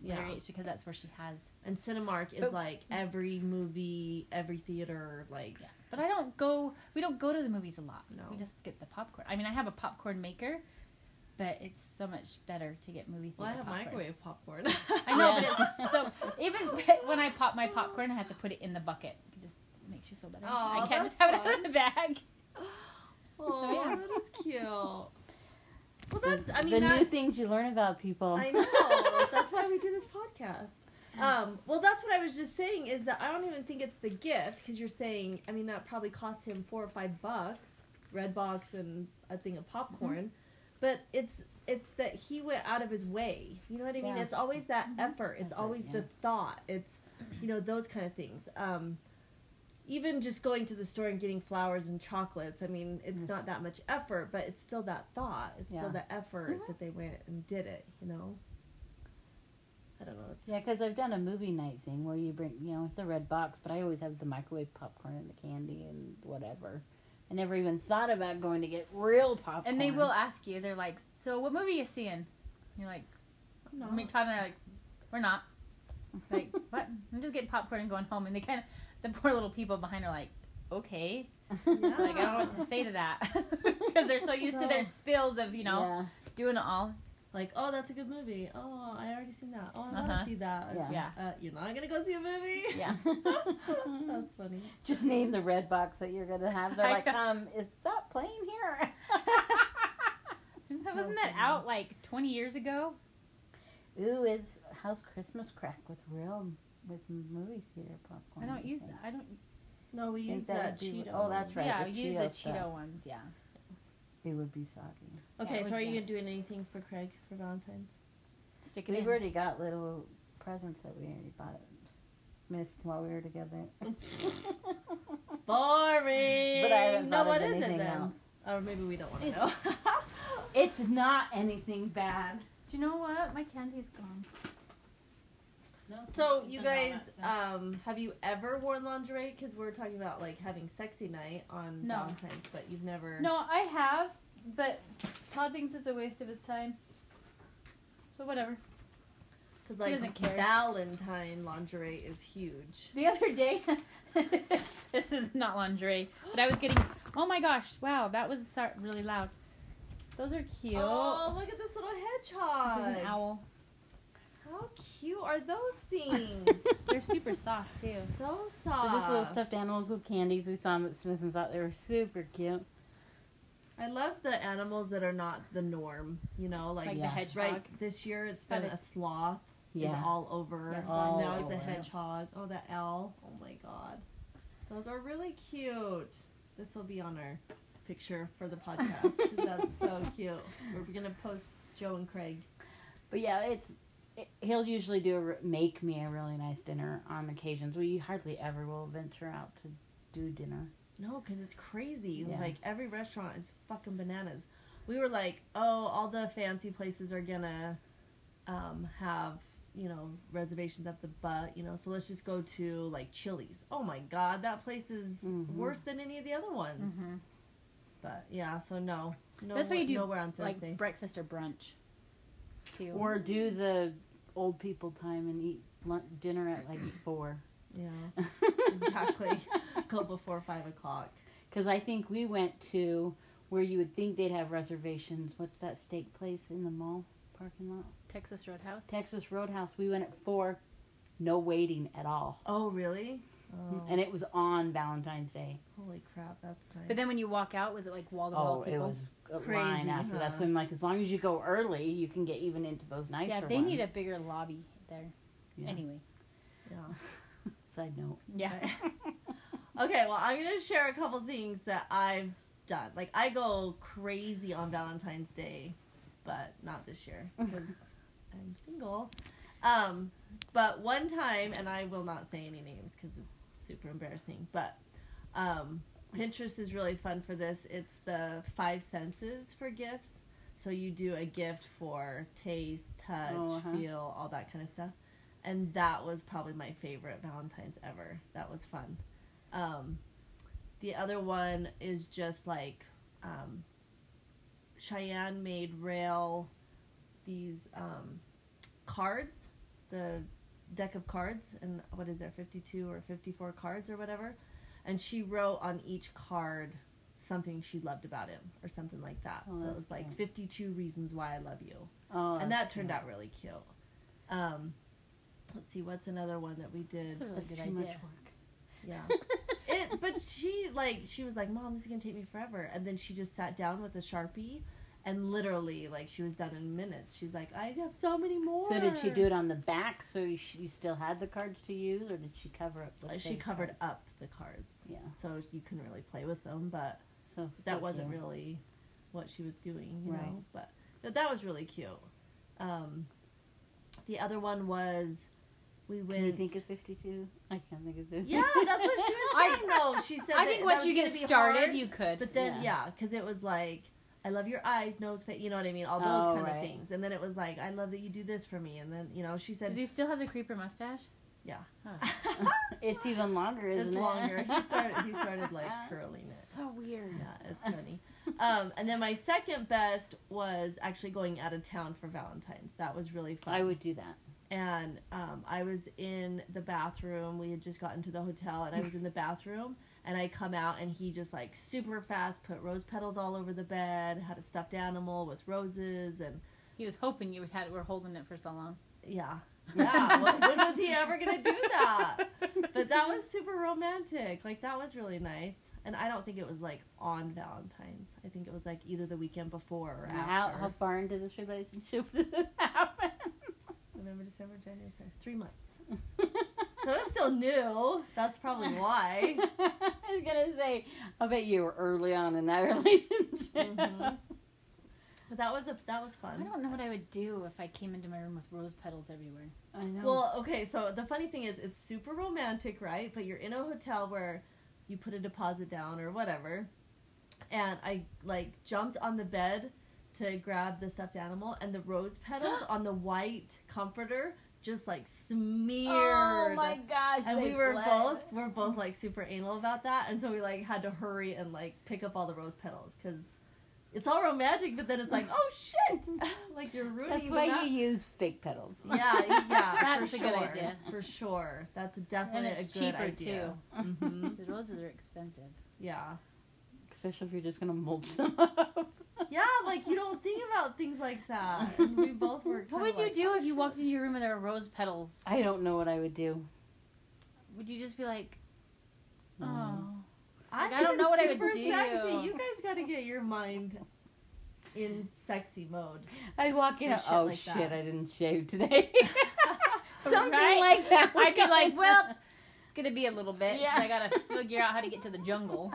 B: Yeah.
A: Larry H because that's where she has.
B: And Cinemark is
A: But-
B: like every movie, every theater, like
A: But I don't go. We don't go to the movies a lot.
B: No.
A: We just get the popcorn. I mean, I have a popcorn maker, but it's so much better to get movie theater
B: Well, I have
A: popcorn.
B: microwave popcorn.
A: I know,
B: <laughs>
C: Yeah.
A: <laughs> but it's so. Even when I pop my popcorn, I have to put it in the bucket. It just makes you feel better.
B: Aw,
A: I can't
B: that's
A: just have it out
B: fun.
A: of the bag.
B: Oh,
A: Yeah.
B: that is cute. Well,
C: The,
B: that's. I mean,
C: new
B: that,
C: things you learn about people.
B: I know. that's why we do this podcast. Um, well, that's what I was just saying is that I don't even think it's the gift because you're saying. I mean, that probably cost him four or five bucks, red box and a thing
C: Mm-hmm.
B: of popcorn, but it's it's that he went out of his way. You know what I mean?
C: Yeah. Mm-hmm.
B: It's always that effort. It's
C: Effort,
B: always the
C: yeah.
B: thought. It's you know those kind of things. Um, even just going to the store and getting flowers and chocolates, I mean, it's not that much effort, but it's still that thought. It's still
C: Mm. Yeah. Mm-hmm.
B: the effort
A: Mhm.
B: that they went and did it, you know? I don't know. It's,
C: Yeah, because I've done a movie night thing where you bring, you know, it's the red box, but I always have the microwave popcorn and the candy and whatever. I never even thought about going to get real popcorn.
A: And they
C: <laughs>
A: will ask you. They're like, "So, what movie are you seeing?" And you're like,
B: No.
A: I mean, Todd and I are like, "We're <laughs> not." Like, what? I'm just getting popcorn and going home. And they kind of, the poor little people behind are like, "Okay." Like, I don't know what to say to that <laughs> because they're <laughs> so used to their spills of you know
C: Yeah.
A: doing it all.
B: like, oh, that's a good movie. Oh, I already seen that. Oh, I want
A: Uh-huh.
B: to see that.
C: Yeah.
A: Yeah.
B: Uh, you're not going to go see a movie? <laughs>
A: Yeah.
B: that's funny.
C: <laughs> Just name the red box that you're gonna
A: <laughs>
C: have. They're
A: I
C: like,
A: know.
C: um, is that playing here? <laughs>
A: <laughs> Wasn't
B: So
A: that
B: funny.
A: out like 20 years ago?
C: Ooh, is how's Christmas crack with real with movie theater popcorn?
A: I don't use
C: think?
A: that. I don't.
B: No, we
C: Think
B: use
C: that
B: that,
C: would be-
B: Cheeto.
C: oh, that's right.
A: yeah,
C: the
A: use the
C: Cheeto
A: Cheeto
C: stuff.
A: ones. Yeah.
C: It would be soggy.
B: Okay,
A: Yeah,
B: so
A: it
B: are you
A: would-
B: going to do anything for Craig for
C: <laughs>
B: Valentine's?
A: Stick it
C: We've
A: in.
C: already got little presents that we already bought. Missed while we were together. <laughs>
B: Boring.
C: But I haven't
B: no,
C: thought
B: what
C: of
B: is it
C: anything
B: then?
C: else.
B: Or maybe we don't want to
C: It's-
B: know.
C: <laughs>
B: <laughs>
C: It's not anything bad.
A: Do you know what? My candy's gone.
C: No,
B: So
A: We've
B: you
A: done all
B: guys,
A: that stuff.
B: um, have you ever worn lingerie? Because we're talking about like having sexy night on
A: No.
B: Valentine's, but you've never.
A: No, I have, but Todd thinks it's a waste of his time. So whatever.
B: because like
A: doesn't care.
B: Valentine lingerie is huge.
A: The other day, <laughs> this is not lingerie, but I was getting. Oh my gosh! Wow, that was sor- really loud. Those are cute.
B: Oh, look at this little hedgehog!
A: this is an owl.
B: How cute are those
A: <laughs>
B: things?
A: They're super soft too.
C: <laughs>
B: so
C: They're
B: soft.
C: just little stuffed animals with candies. We saw them at Smith and thought they were super cute.
B: I love the animals that are not the norm. You know, like,
A: Like
C: Yeah.
A: the hedgehog.
B: right this year, it's been
A: But
B: a
A: it's-
B: sloth. is
C: Yeah.
B: all over.
A: Yeah,
C: all
B: now it's
C: over.
B: a hedgehog. Oh, that owl. Oh my god. Those are really cute. This will be on our picture for the podcast. <laughs> That's so cute. We're going to post Joe and Craig.
C: But yeah, it's it, he'll usually do a, re- make me a really nice dinner on occasions. We hardly ever will venture out to do dinner.
B: No, because it's crazy.
C: Yeah.
B: Like, every restaurant is fucking bananas. We were like, oh, all the fancy places are going to um, have, you know, reservations at the butt, you know, so let's just go to, like, Chili's. Oh my god, that place is
C: Mhm.
B: worse than any of the other ones.
C: Mm-hmm.
A: Mm-hmm.
B: But yeah, so no, no
A: That's what you do,
B: Nowhere on Thursday.
A: Like breakfast or brunch. Too.
C: Or do the old people time and eat lunch, dinner at <clears throat> like four. <laughs>
B: yeah, exactly. <laughs> Go before five o'clock.
C: Because I think we went to where you would think they'd have reservations. What's that steak place in the mall? parking lot?
A: Texas Roadhouse.
C: Texas Roadhouse. We went at four, no waiting at all,
B: Oh, really?
A: Mm,
B: Oh,
C: and it was on Valentine's Day.
B: holy crap, that's nice.
A: But then when you walk out, was it like wall to
C: Oh,
A: wall
C: it
A: people?
C: was a
B: Crazy,
C: line after that. So
B: huh?
C: I'm like, as long as you go early, you can get even into those nicer
A: yeah, they
C: ones.
A: need a bigger lobby there.
C: Yeah.
A: Anyway,
B: yeah.
C: Side note.
A: yeah,
B: okay, well, I'm gonna share a couple things that I've done. Like I go crazy on Valentine's Day, but not this year because I'm single. Um, but one time, and I will not say any names because it's super embarrassing. But um, Pinterest is really fun for this. It's the five senses for gifts. So you do a gift for taste, touch,
C: Oh, uh-huh.
B: feel, all that kind of stuff. And that was probably my favorite Valentine's ever. That was fun. Um, the other one is just like um, Cheyenne made rail these um, cards, the deck of cards, and what is there, 52 or 54 cards or whatever. And she wrote on each card something she loved about him or something like that.
C: Oh,
B: so it
C: that's
B: was like
C: cute.
B: 52 reasons why I love you
C: Oh,
B: and that
C: that's
B: turned
C: cute.
B: out really cute. Um, let's see, what's another one that we did?
A: That's a really
C: That's
A: good
C: too much
A: idea.
C: work. <laughs>
B: Yeah, it. But she like she was like, "Mom, this is gonna take me forever," and then she just sat down with a sharpie, and literally like she was done in minutes. She's like, "I have so many more."
C: So did she do it on the back so you, sh- you still had the cards to use, or did she cover it?
B: Uh,
C: With
B: She
C: fake
B: covered
C: cards?
B: up the cards,
C: Yeah.
B: so you couldn't really play with them. But
C: So still
B: that wasn't
C: cute.
B: really what she was doing, you know.
C: Right.
B: But but that was really cute. Um, the other one was we went.
C: Can you think of fifty-two? I can't think of fifty.
B: <laughs> Yeah, that's what she was
A: I-
B: saying. though she said.
A: I
B: that
A: think
B: that
A: once
B: was
A: you get
B: gonna be
A: started,
B: hard,
A: you could.
B: But then, yeah,
C: Yeah.
B: because it was like, I love your eyes, nose, face. You know what I mean? All those
C: Oh,
B: kind of
C: right.
B: things. And then it was like, I love that you do this for me. And then you know, she
A: Does
B: said,
A: he still have the creeper mustache?
B: Yeah.
A: Oh,
C: <laughs> it's even longer, isn't
B: it's
C: it? <laughs>
B: longer. He started. He started like curling it.
A: so weird.
B: Yeah, it's funny. um, and then my second best was actually going out of town for Valentine's. That was really fun.
C: I would do that.
B: and um, I was in the bathroom. We had just gotten to the hotel, and I was in the bathroom. And I come out, and he just like super fast put rose petals all over the bed. Had a stuffed animal with roses, and
A: He was hoping you would had were holding it for so long.
B: yeah, yeah.
A: <laughs>
B: when, when was he ever gonna do that? But that was super romantic. Like that was really nice. And I don't think it was like on Valentine's. I think it was like either the weekend before or
C: How,
B: after.
C: how far into this relationship <laughs> did this happen?
B: November, December, January, February. three months. So it's still new. That's probably why.
C: <laughs> I was gonna say, I bet you were early on in that <laughs> relationship.
B: Mhm. But that was a that was
A: I
B: fun.
A: don't know what I would do if I came into my room with rose petals everywhere.
C: I know.
B: Well, okay, so the funny thing is it's super romantic, right? But you're in a hotel where you put a deposit down or whatever. And I like jumped on the bed to grab the stuffed animal and the rose
C: <gasps>
B: petals on the white comforter just like smeared.
C: oh my gosh!
B: and
C: they
B: we were
C: bled.
B: both we're both like super anal about that and so we like had to hurry and like pick up all the rose petals because it's all romantic but then it's
C: <laughs>
B: like oh shit <laughs> like you're ruining
C: That's
B: the
C: why
B: ma-
C: you use fake petals.
B: <laughs> yeah
A: <laughs>
B: yeah
A: That's
B: for
A: a
B: sure
A: good idea.
B: for sure that's
A: And
B: definitely
A: it's
B: a good
A: cheaper
B: idea hmm
A: too. Because roses are expensive.
B: yeah
C: Especially if you're just gonna mulch them <laughs> up.
B: yeah like you don't think about things like that and we both were
A: What
B: kinda
A: would you
B: like,
A: do
B: oh,
A: if you
B: shit.
A: walked into your room and there were rose petals?
C: I don't know what I would do.
A: Would you just be like, oh,
C: Mm.
B: I,
A: Like,
B: think
A: don't know
B: it's
A: what I would
B: super
A: do.
B: sexy. you guys gotta get your mind in sexy mode
C: I'd walk in.
B: Or
C: and,
B: shit
C: Oh
B: like
C: shit!
B: that.
C: I didn't
B: <laughs>
C: shave today. <laughs> Something
A: Right?
C: like that.
A: <laughs>
C: would
A: I'd be like,
C: happen.
A: well, gonna be a little bit. 'cause
C: Yeah.
A: I gotta
B: <laughs>
C: <laughs>
A: figure out how to get to the jungle.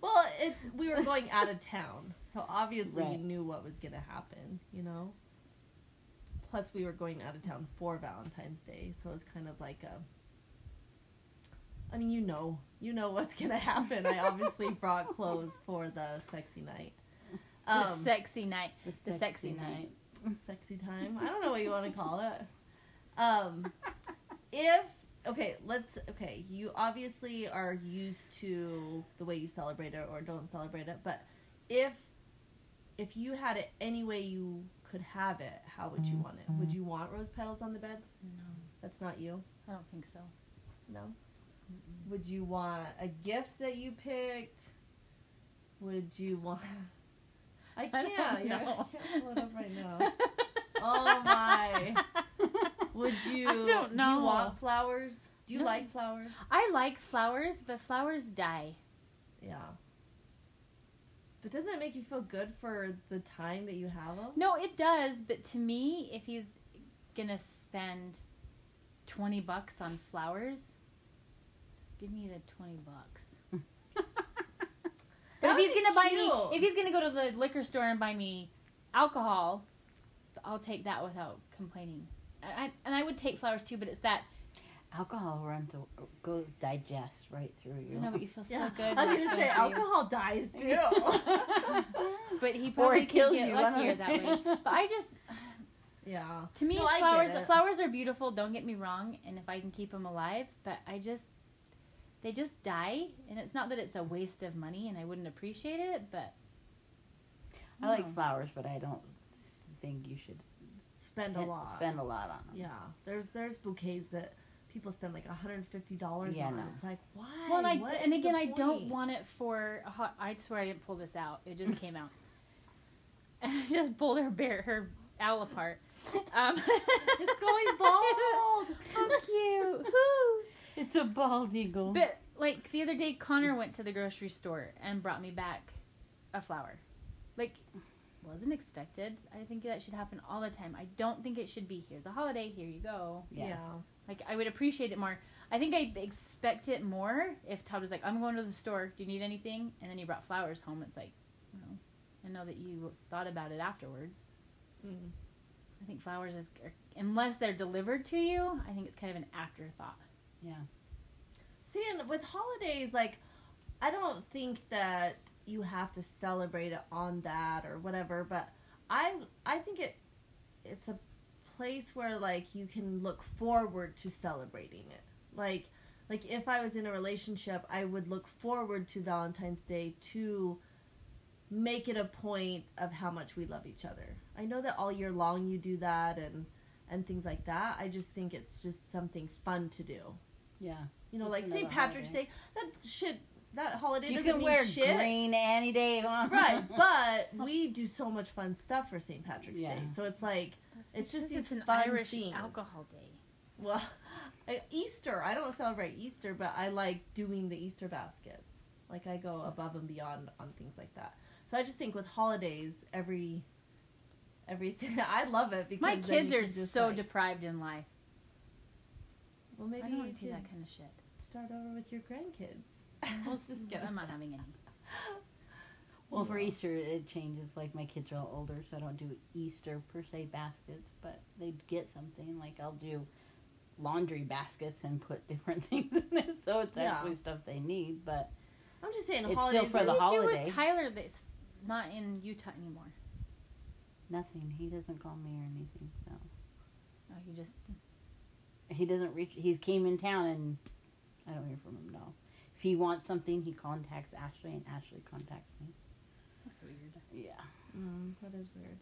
B: Well, it's we were going out of town, so obviously you
C: Right.
B: knew what was gonna happen, you know. Plus, we were going out of town for Valentine's Day, so it's kind of like a. I mean, you know, you know what's gonna happen. I obviously brought clothes for the sexy night.
A: the
B: <laughs>
A: <laughs>
B: Um,
A: sexy night. The sexy night.
B: sexy time. I don't know what you want to call it. Um, if okay, let's okay. You obviously are used to the way you celebrate it or don't celebrate it, but if if you had it any way you could have it, how would you want it? Would you want rose petals on the bed?
A: No,
B: That's not you.
A: I don't think so.
B: No. Would you want a gift that you picked? Would you want? I
A: I don't <laughs>
B: can't. you're- I
A: know. <laughs>
B: <laughs> can't pull it up right now. Oh
A: <laughs>
B: flowers? Do you
A: No.
B: like flowers?
A: I like flowers, but flowers die.
B: Yeah. But doesn't it make you feel good for the time that you have them?
A: No, it does, but to me, if he's gonna spend 20 bucks on flowers, just give me the 20 bucks. But if
B: <laughs> That
A: he's
B: would be
A: gonna buy
B: cute.
A: me, if he's gonna go to the liquor store and buy me alcohol, I'll take that without complaining. I, I, and I would take flowers too, but it's that
C: Alcohol runs, goes digest right through
A: you
C: you.
A: know, but you feel
B: Yeah.
A: so good.
B: I was
A: when
B: gonna
A: it's
B: say
A: with you.
B: alcohol dies too.
C: <laughs>
A: but he
C: Or
A: probably
C: it kills
A: could get
C: you. one
A: luckier
C: of
A: that
C: the-
A: way. <laughs> But I just,
B: <laughs> yeah.
A: to me,
B: No, I get
A: flowers
B: it.
A: flowers are beautiful. Don't get me wrong, and if I can keep them alive, but I just they just die, and it's not that it's a waste of money, and I wouldn't appreciate it, but
C: <laughs> I like
A: No.
C: flowers, but I don't think you should
B: Spend a
C: hit-
B: lot.
C: spend a lot on them.
B: Yeah. There's there's bouquets that people spend like $150
C: Yeah,
B: on.
C: no.
B: It's like, why?
A: Well, and, I,
B: What
A: and
B: is the
A: again, I don't
B: point?
A: want it for. A hot, I swear I didn't pull this out. It just came out. <laughs> And I just pulled her bear, her owl
B: <laughs>
A: apart. Um, <laughs>
B: It's going bald.
A: How cute!
C: It's a bald eagle.
A: But like the other day, Connor went to the grocery store and brought me back a flower. Like, wasn't expected. I think that should happen all the time. I don't think it should be here's a holiday. Here you go.
C: yeah.
A: Like I would appreciate it more. I think I expect it more if Todd was like, "I'm going to the store. Do you need anything?" And then he brought flowers home. It's like, you know, I know that you thought about it afterwards.
B: yeah. Mm.
A: I think flowers is er, unless they're delivered to you. I think it's kind of an afterthought.
B: See, and with holidays, like, I don't think that you have to celebrate it on that or whatever, but I I think it it's a place where like you can look forward to celebrating it. Like like if I was in a relationship, I would look forward to Valentine's Day to make it a point of how much we love each other. I know that all year long you do that and and things like that. I just think it's just something fun to do.
C: Yeah.
B: You know,
C: It's
B: like St.
C: another
B: Patrick's
C: holiday.
B: Day. That shit. That holiday
C: you
B: doesn't
C: can
B: mean
C: wear
B: shit.
C: green any day. huh?
B: <laughs>
C: <laughs>
B: Right, but we do so much fun stuff for St. Patrick's Day.
C: Yeah.
B: So it's like, It's
A: because
B: just these
A: it's an
B: fun
A: Irish
B: things.
A: alcohol day.
B: well, <laughs> I- Easter. I don't celebrate Easter, but I like doing the Easter baskets. Like I go above and beyond on things like that. So I just think with holidays, every everything <laughs> I love it because
A: My
B: then
A: kids
B: you
A: are
B: can just,
A: so
B: like-
A: deprived in life.
B: well, maybe
A: I don't
B: you
A: want to do
B: could
A: that kind of shit.
B: start over with your grandkids.
A: Well, I'm not having <laughs> any.
C: Well, for Easter, it changes. Like, my kids are all older, so I don't do Easter per se baskets, but they'd get something. Like, I'll do laundry baskets and put different <laughs> things in it, so it's
B: Yeah.
C: actually stuff they need, but
B: I'm just saying
C: It's still
B: holidays
C: for
B: are
C: the
A: What do you do
C: holiday.
A: with Tyler that's not in Utah anymore?
C: nothing. He doesn't call me or anything, so.
A: Oh, you just
C: He doesn't reach, he came in town and I don't hear from him at all. If he wants something, he contacts Ashley, and Ashley contacts me.
A: that's weird.
C: Yeah.
B: Mm, that is weird.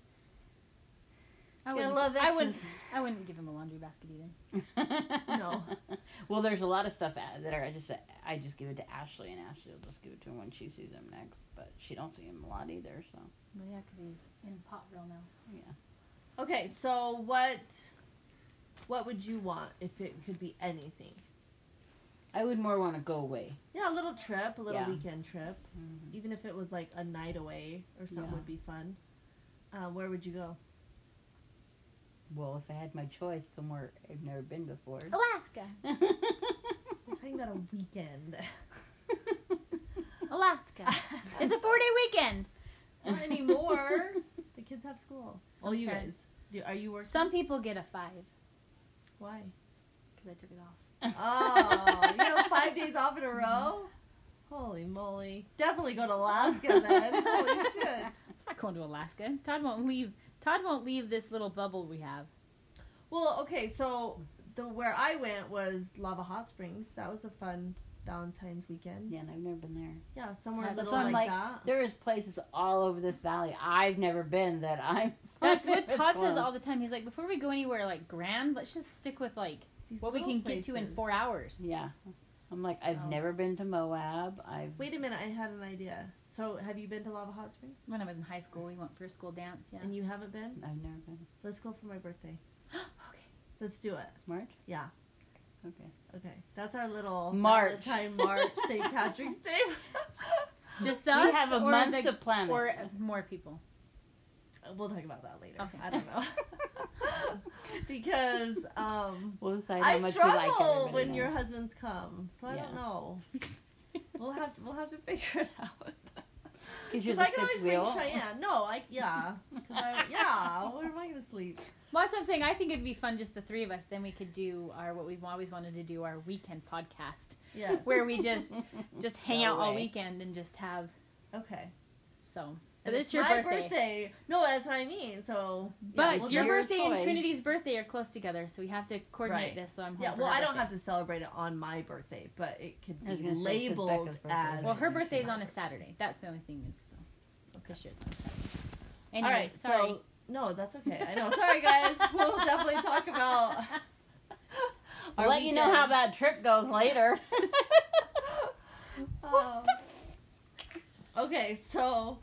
A: I
C: Gotta
A: wouldn't,
C: love
A: I wouldn't.
C: exes.
A: I wouldn't give him a laundry basket either.
C: no.
B: No.
C: <laughs> Well, there's a lot of stuff a- that are I just I just give it to Ashley, and Ashley will just give it to him when she sees him next. But she don't see him a lot either, so
A: Well, yeah, because he's in Potville now.
C: yeah.
B: Okay, so what what would you want if it could be anything?
C: I would more want to go away.
B: Yeah, a little trip, a little
C: Yeah. Mm-hmm.
B: weekend trip. Even if it was like a night away or something
C: Yeah.
B: would be fun. Uh, where would you go?
C: Well, if I had my choice, somewhere I've never been before.
A: Alaska,
C: Oh.
B: I'm talking about a <laughs> weekend.
A: Alaska. <laughs> it's a four-day weekend.
B: Not anymore. the kids have school. Well, you
A: Okay.
B: guys. Do, are you working?
A: Some people get a five
B: Why?
A: because I took it off.
B: Oh, you have five days off in a row? Holy moly. Definitely go to Alaska then. Holy shit.
A: I'm not going to Alaska. Todd won't leave. Todd won't leave this little bubble we have.
B: Well, okay, so the where I went was Lava Hot Springs. That was a fun Valentine's weekend. Yeah,
C: <laughs> Yeah, and I've never been there.
B: somewhere
A: That's
B: little
C: so I'm
B: like,
C: like,
B: that.
C: there is places all over this valley I've never been that I'm. <laughs>
A: That's what
C: It's
A: Todd says
C: fun.
A: all the time. He's like, before we go anywhere like grand, let's just stick with like
B: These
A: what we
B: little
A: can get to in
B: places.
A: four hours.
C: Yeah, I'm like I've
A: Oh.
C: never been to Moab. I've
B: Wait a minute, I had an idea. So, have you been to Lava Hot Springs?
A: When I was in high school, we went for a school dance. Yeah.
B: And you haven't been?
C: I've never been
B: <gasps> Let's go for my birthday.
A: okay.
B: Let's do it.
C: March.
B: Yeah.
C: Okay.
B: Okay, that's our little
C: March.
B: time March
A: <laughs>
B: St. Patrick's Day.
A: Just us.
C: we have a
A: or
C: month
A: the,
C: to plan it.
A: or more people.
B: We'll talk about that later.
A: Okay.
B: I
A: <laughs>
B: don't know <laughs> because um,
C: We'll decide how
B: I
C: much we like
B: struggle
C: everybody
B: when
C: now.
B: your husbands come, so I
C: Yeah.
B: don't
C: <laughs>
B: know. We'll have to, we'll have to figure it out.
C: 'Cause you're
B: Because
C: the
B: I can
C: fifth
B: always
C: wheel.
B: bring
C: <laughs>
B: Cheyenne. No, I yeah, 'Cause I, yeah. Where am I gonna sleep?
A: Well, that's what I'm saying. I think it'd be fun just the three of us. Then we could do our what we've always wanted to do our weekend podcast,
B: Yes.
A: where we just just hang
C: Go
A: out all
C: away.
A: weekend and just have
B: Okay.
A: so. But
B: And
A: it's your
B: my
A: birthday.
B: No, that's what I mean. So. yeah,
A: But
B: we'll
A: your
B: never-
C: Your
A: birthday and
C: choice.
A: Trinity's birthday are close together, so we have to coordinate
B: Right.
A: this. So I'm home
B: Yeah,
A: for
B: well,
A: her
B: I don't
A: birthday.
B: have to celebrate it on my birthday, but it could
C: I was
B: be
C: gonna say, 'cause
B: labeled
C: Becca's birthday
B: as.
C: is
A: Well, her
C: Actually,
A: birthday's
C: my
A: on a
C: birthday.
A: Saturday. That's the only thing that's so. This year's on a Saturday. Anyway,
B: All right,
A: sorry.
B: so no, that's okay. I know. Sorry, guys. <laughs> we'll definitely talk about.
C: I'll
B: our
C: let you know how
B: weekends.
C: that trip goes later.
B: Um, okay, so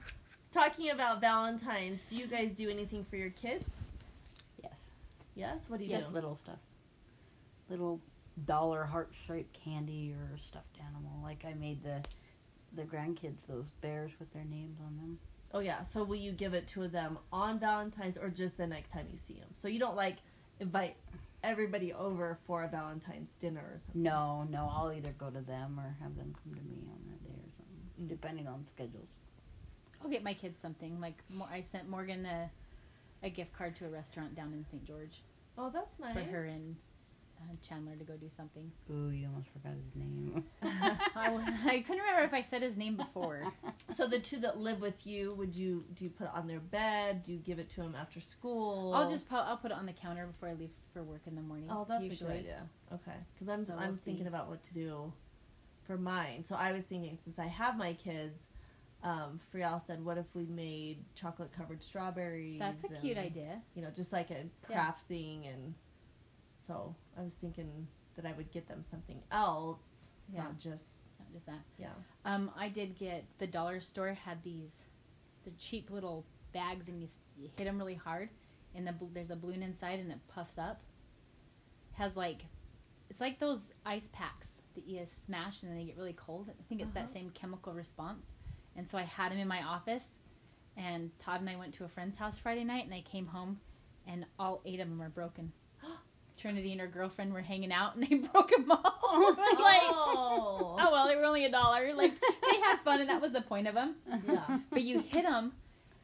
B: talking about Valentine's, do you guys do anything for your kids?
C: yes.
B: Yes. What do you
C: Yes,
B: do?
C: little stuff. Little dollar heart shaped candy or stuffed animal. Like I made the the grandkids those bears with their names on them.
B: Oh yeah. So will you give it to them on Valentine's or just the next time you see them? So you don't like invite everybody over for a Valentine's dinner or something.
C: No, no, I'll either go to them or have them come to me on that day or something,
B: Mm.
C: depending on schedules.
A: I'll get my kids something. Like Mo- I sent Morgan a, a gift card to a restaurant down in St. George
B: Oh, that's nice.
A: for her and uh, Chandler to go do something.
C: Ooh, you almost forgot his name.
A: I, <laughs> I couldn't remember if I said his name
B: <laughs>
A: before.
B: so the two that live with you, would you do you put it on their bed? Do you give it to them after school?
A: I'll just pu- I'll put it on the counter before I leave for work in the morning.
B: Oh, that's
A: usually.
B: a good idea. Okay, because I'm
A: So we'll
B: I'm
A: see.
B: thinking about what to do for mine. So I was thinking since I have my kids, um, Frial said, what if we made chocolate covered strawberries?
A: That's a
B: and,
A: cute idea.
B: You know, just like a craft thing, and so I was thinking that I would get them something else,
A: Yeah,
B: not just
A: not just that.
B: yeah.
A: Um, I did get the dollar store had these, the cheap little bags, and you, s- you hit them really hard, and the bl- there's a balloon inside, and it puffs up. Has like, it's like those ice packs that you smash and then they get really cold. I think it's that
B: Uh-huh.
A: same chemical response, and so I had them in my office, and Todd and I went to a friend's house Friday night, and I came home, and all eight of them are broken. <gasps> Trinity and her girlfriend were hanging out, and they <laughs> broke them all. <laughs> I was <laughs> like,
B: oh,
A: oh well they were only a dollar like they had fun and that was the point of them
B: <laughs> yeah.
A: but you hit them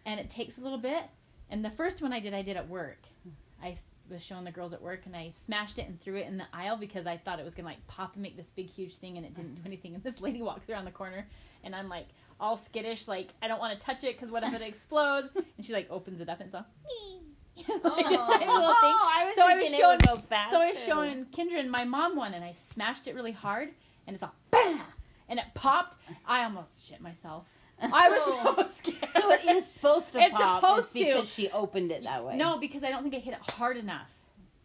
A: and it takes a little bit and the first one i did i did at work i s- was showing the girls at work and i smashed it and threw it in the aisle because i thought it was gonna like pop and make this big huge thing and it didn't do anything and this lady walks around the corner and i'm like all skittish like i don't want to touch it because what if it explodes and she like opens it up and it's all me <laughs> <laughs> like, this tiny little
B: Oh.
A: thing.
C: I
A: So I was
C: thinking it would
A: showing-
C: go fast.
A: So I was
C: too.
A: showing Kindred my mom one, and I smashed it really hard, and it's all bam, and it popped. I almost shit myself. I was so scared.
C: <laughs> So it
A: <laughs>
C: is supposed to
A: It's
C: pop.
A: supposed to.
C: it's because she opened it that way.
A: No, because I don't think I hit it hard enough.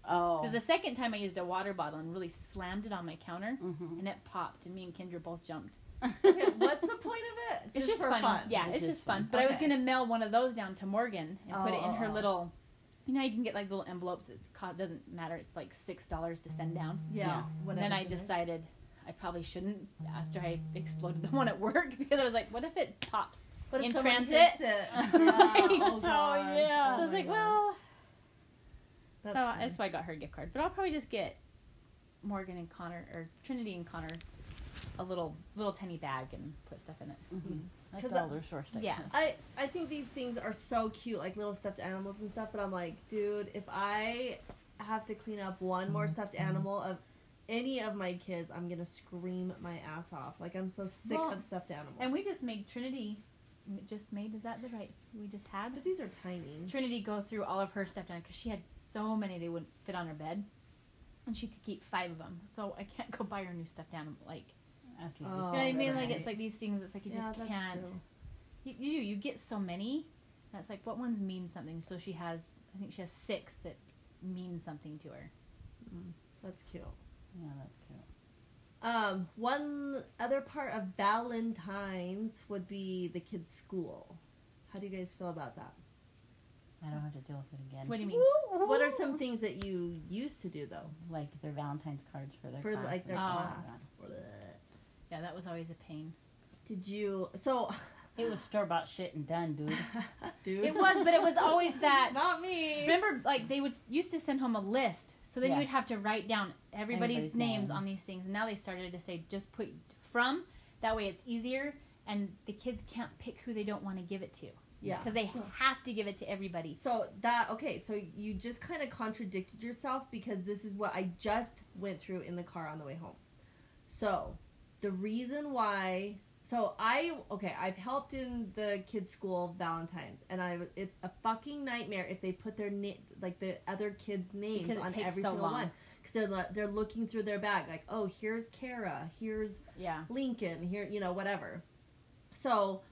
C: Oh.
A: Because the second time I used a water bottle and really slammed it on my counter, <laughs>
C: Mhm.
A: and it popped, and me and Kindred both jumped.
C: Mm-hmm.
B: Okay, what's the point of it?
A: It's just, funny. Yeah,
C: It's
A: it's
C: just
A: just fun.
C: fun.
A: But I was
B: Okay.
A: gonna mail one of those down to Morgan and put
B: Oh,
A: it in
B: oh,
A: her
B: oh.
A: little. You know, you can get like little envelopes. It co- doesn't matter. It's like six dollars to send down.
B: Yeah.
C: Yeah.
A: And
B: Whatever.
A: then I decided I probably shouldn't after I exploded the <laughs> one at work because I was like, what if it pops? <laughs>
B: But if
A: in
B: someone
A: transit-
B: hits <laughs> it, yeah, oh, God.
A: so
B: Oh,
A: I was
B: my
A: like,
B: God.
A: well, so
B: That's funny.
A: that's why I got her a gift card. But I'll probably just get Morgan and Connor or Trinity and Connor a little little tiny bag and put stuff in it.
C: Mhm. Like
B: 'Cause
C: the
B: I-
C: older source type.
A: Yeah.
B: I I think these things are so cute, like little stuffed animals and stuff. But I'm like, dude, if I have to clean up one more stuffed animal of any of my kids, I'm gonna scream my ass off. Like I'm so sick
A: Well,
B: of stuffed animals.
A: And we just made Trinity, just made, is that the right? We just had
B: but these are tiny.
A: Trinity go through all of her stuffed animals because she had so many they wouldn't fit on her bed. And she could keep five of them. So I can't go buy her new stuffed animal. Like,
C: After you
B: Oh,
C: just
A: You know what I
C: got
A: mean?
C: rid of
A: Like
C: it.
A: it's like these things. It's like you
B: Yeah,
A: just
B: that's
A: can't.
B: true.
A: You, you do. You get so many. That's like what ones mean something. So she has. I think she has six that mean something to her.
B: That's cute.
C: Yeah, that's cute.
B: Um, one other part of Valentine's would be the kids' school. How do you guys feel about that?
C: I don't have to deal with it again.
A: What do you mean?
B: What are some things that you used to do though?
C: Like their Valentine's cards for their
B: For
C: class
B: like their
C: and stuff
B: class. Bleh.
A: Yeah, that was always a pain.
B: Did you so <laughs>
C: that. It was store bought shit and done, dude.
B: dude
A: It was, but it was
B: <laughs>
A: always <laughs> that.
B: not me.
A: Remember, like they would used to send home a list, so then
C: Yeah.
A: you'd have to write down everybody's,
C: Everybody's
A: names
C: name.
A: on these things. And now they started to say just put from. That way, it's easier, and the kids can't pick who they don't want to give it to
B: Yeah.
A: because they
B: So-
A: have to give it to everybody.
B: So that okay, so you just kind of contradicted yourself because this is what I just went through in the car on the way home. So, the reason why so I okay, I've helped in the kids school Valentines and I it's a fucking nightmare if they put their na- like the other kids names
A: Because it
B: on
A: takes
B: every
A: so
B: single
A: long.
B: one cuz they're lo- they're looking through their bag like, "Oh, here's Kara, here's
A: Yeah,
B: Lincoln, here, you know, whatever. So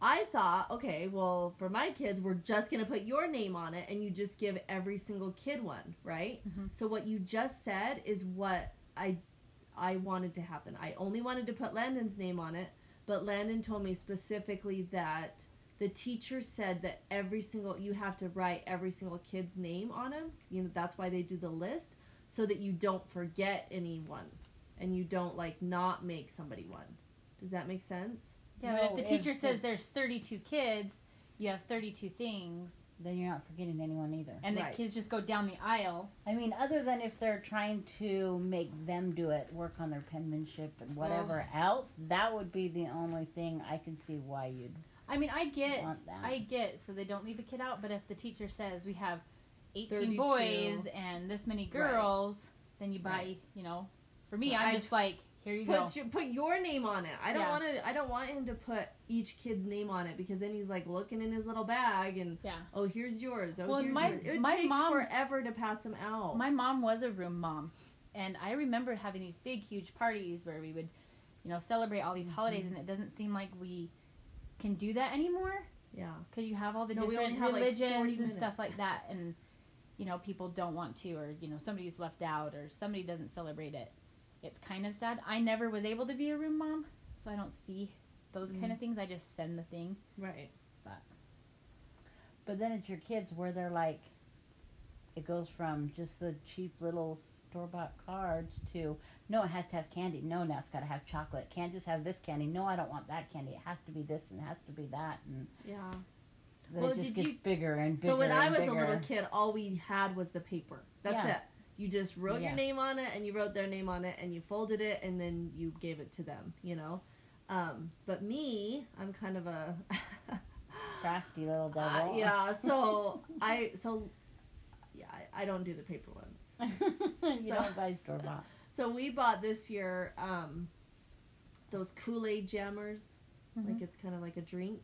B: I thought, okay, well, for my kids, we're just going to put your name on it and you just give every single kid one, right?
A: Mhm.
B: So what you just said is what I I wanted to happen. I only wanted to put Landon's name on it, but Landon told me specifically that the teacher said that every single you have to write every single kid's name on them. You know, that's why they do the list so that you don't forget anyone and you don't like not make somebody one. Does that make sense?
A: yeah.
C: No,
A: but if
C: if
A: the teacher says
C: the-
A: there's 32 kids, you have 32 things,
C: then you're not forgetting anyone either.
A: and
B: Right.
A: the kids just go down the aisle.
C: I mean, other than if they're trying to make them do it, work on their penmanship and whatever else, that would be the only thing I could see why you'd
A: I mean, I get,
C: want that.
A: I get, so they don't leave a kid out. But if the teacher says we have 18
B: 32.
A: boys and this many girls, then you buy,
B: Right.
A: you know. For me,
B: But
A: I'm
B: I-
A: just like, here you go.
B: Put your, put your name on it. I don't
A: Yeah.
B: want to. I don't want him to put each kid's name on it because then he's like looking in his little bag and
A: Yeah.
B: oh here's yours. Oh,
A: Well,
B: here's
A: my-
B: yours. It
A: my
B: takes
A: mom-
B: forever to pass them out.
A: My mom was a room mom, and I remember having these big, huge parties where we would, you know, celebrate all these holidays,
B: Mm-hmm.
A: and it doesn't seem like we can do that anymore
B: yeah.
A: because you have all the
B: No, we only
A: different
B: have, like, 40
A: religions and
B: minutes.
A: stuff like that, and you know, people don't want to, or you know, somebody's left out, or somebody doesn't celebrate it. It's kind of sad. I never was able to be a room mom, so I don't see those
B: Mm-hmm.
A: kind of things. I just send the thing.
B: Right.
C: But then it's your kids where they're like, it goes from just the cheap little store bought cards to no, it has to have candy. No, now it's got to have chocolate. Can't just have this candy. No, I don't want that candy. It has to be this and it has to be that. And
B: Yeah.
C: then
A: Well,
C: it just
A: did
C: gets
A: you-
C: bigger and bigger.
B: So when I
C: and
B: was a
C: bigger.
B: little kid, all we had was the paper. That's
C: Yeah.
B: it. You just wrote
C: Yeah.
B: your name on it, and you wrote their name on it, and you folded it, and then you gave it to them. You know. Um, but me, I'm kind of a <laughs>
C: crafty little
B: Uh,
C: devil.
B: yeah. So I so yeah, I, I don't do the paper ones.
C: <laughs> you
B: So-
C: don't buy store <laughs> bought.
B: So we bought this year um, those Kool Aid jammers,
C: Mm-hmm.
B: like it's kind of like a drink,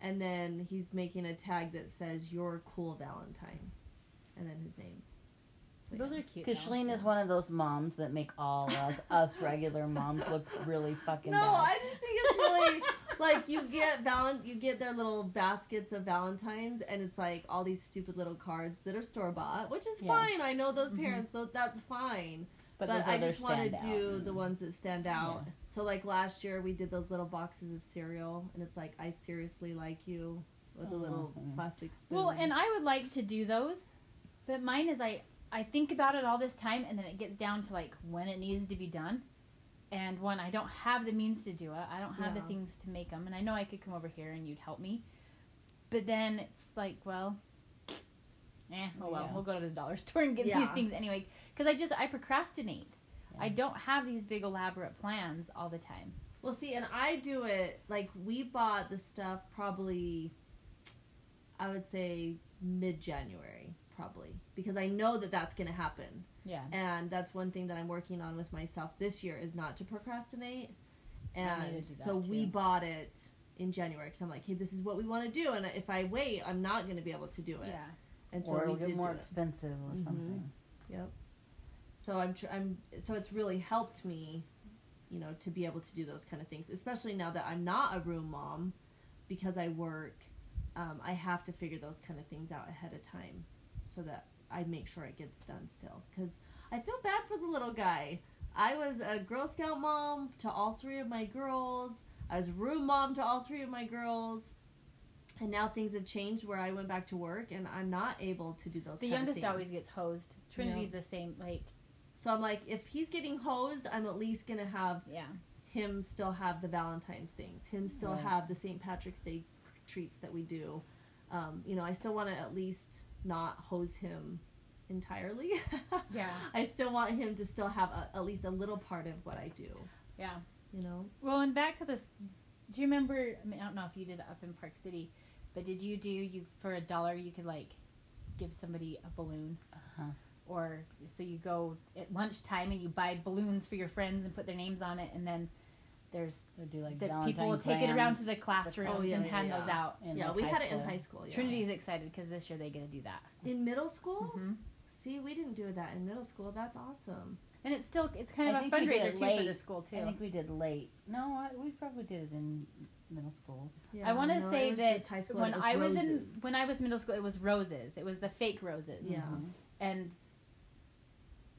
B: and then he's making a tag that says "Your Cool Valentine," and then his name. So,
A: Those
B: yeah.
A: are cute.
C: Because
A: though.
C: Shalene is one of those moms that make all us, us regular moms look really fucking
B: no,
C: bad.
B: I just think it's really like you get valent you get their little baskets of Valentines, and it's like all these stupid little cards that are store bought, which is
C: Yeah. Mm-hmm.
B: fine. I know those parents, though that's fine.
C: but,
B: but
C: those
B: I
C: others
B: just want to
C: stand out.
B: do the ones that stand out. So like last year we did those little boxes of cereal, and it's like I seriously like you with a little
C: Mhm.
B: plastic spoon.
A: Well, and I would like to do those, but mine is I I think about it all this time, and then it gets down to like when it needs to be done, and when I don't have the means to do it, I don't have
B: Yeah.
A: the things to make them, and I know I could come over here and you'd help me, but then it's like well. Eh, oh well,
C: Yeah.
A: we'll go to the dollar <laughs> store and get these
B: Yeah.
A: things anyway. Because I just I procrastinate. I
C: Yeah.
A: don't have these big elaborate plans all the time.
B: well, see, and I do it like we bought the stuff probably, I would say mid January probably because I know that that's going to happen.
A: Yeah,
B: and that's one thing that I'm working on with myself this year is not to procrastinate.
A: I need
B: And
A: to do that
B: so we
A: too.
B: bought it in January because I'm like, hey, this is what we want to do, and if I wait, I'm not going to be able to do it.
A: yeah.
B: And so
C: or
B: we
C: it'll get
B: did.
C: more
B: s-
C: expensive or
B: Mhm.
C: something.
B: So I'm, tr- I'm, so it's really helped me, you know, to be able to do those kind of things, especially now that I'm not a room mom, because I work. Um, I have to figure those kind of things out ahead of time, so that I make sure it gets done still. Because I feel bad for the little guy. I was a Girl Scout mom to all three of my girls. I was a room mom to all three of my girls. And now things have changed where I went back to work and I'm not able to do those.
A: The
B: kind of
A: youngest
B: things.
A: always gets hosed. Trinity's the same. Like,
B: So I'm like, if he's getting hosed, I'm at least gonna have
A: yeah.
B: him still have the Valentine's things. Him still
C: Right.
B: have the St. Patrick's Day treats that we do. Um, you know, I still want to at least not hose him entirely. <laughs>
A: Yeah.
B: I still want him to still have a, at least a little part of what I do.
A: Yeah.
B: You know.
A: Well, and back to this. Do you remember? I, mean, I don't know if you did it up in Park City, but did you do you for a dollar you could like give somebody a balloon,
C: Uh-huh.
A: or so you go at lunchtime and you buy balloons for your friends and put their names on it, and then there's
C: They do like
A: that people will take it around to the classrooms
B: Oh, yeah,
A: and
B: yeah,
A: hand
B: yeah.
A: those out.
B: yeah, we had it in high school. Yeah.
A: Trinity's excited because this year they get to do that.
B: in middle school.
A: hmm
B: See, we didn't do that in middle school. That's awesome.
A: And it's still it's kind
C: I
A: of a
C: think we did
A: fundraiser
C: it
A: too for
C: late.
A: the school too.
C: I think we did late. No, I, we probably did it in middle school.
B: Yeah,
A: I want to
B: no, it
A: say
B: was
A: that
B: just high school,
A: when
B: it
A: I was in
B: roses.
A: when I was middle school, it was roses. It was the fake roses.
B: Yeah.
C: Mhm.
A: And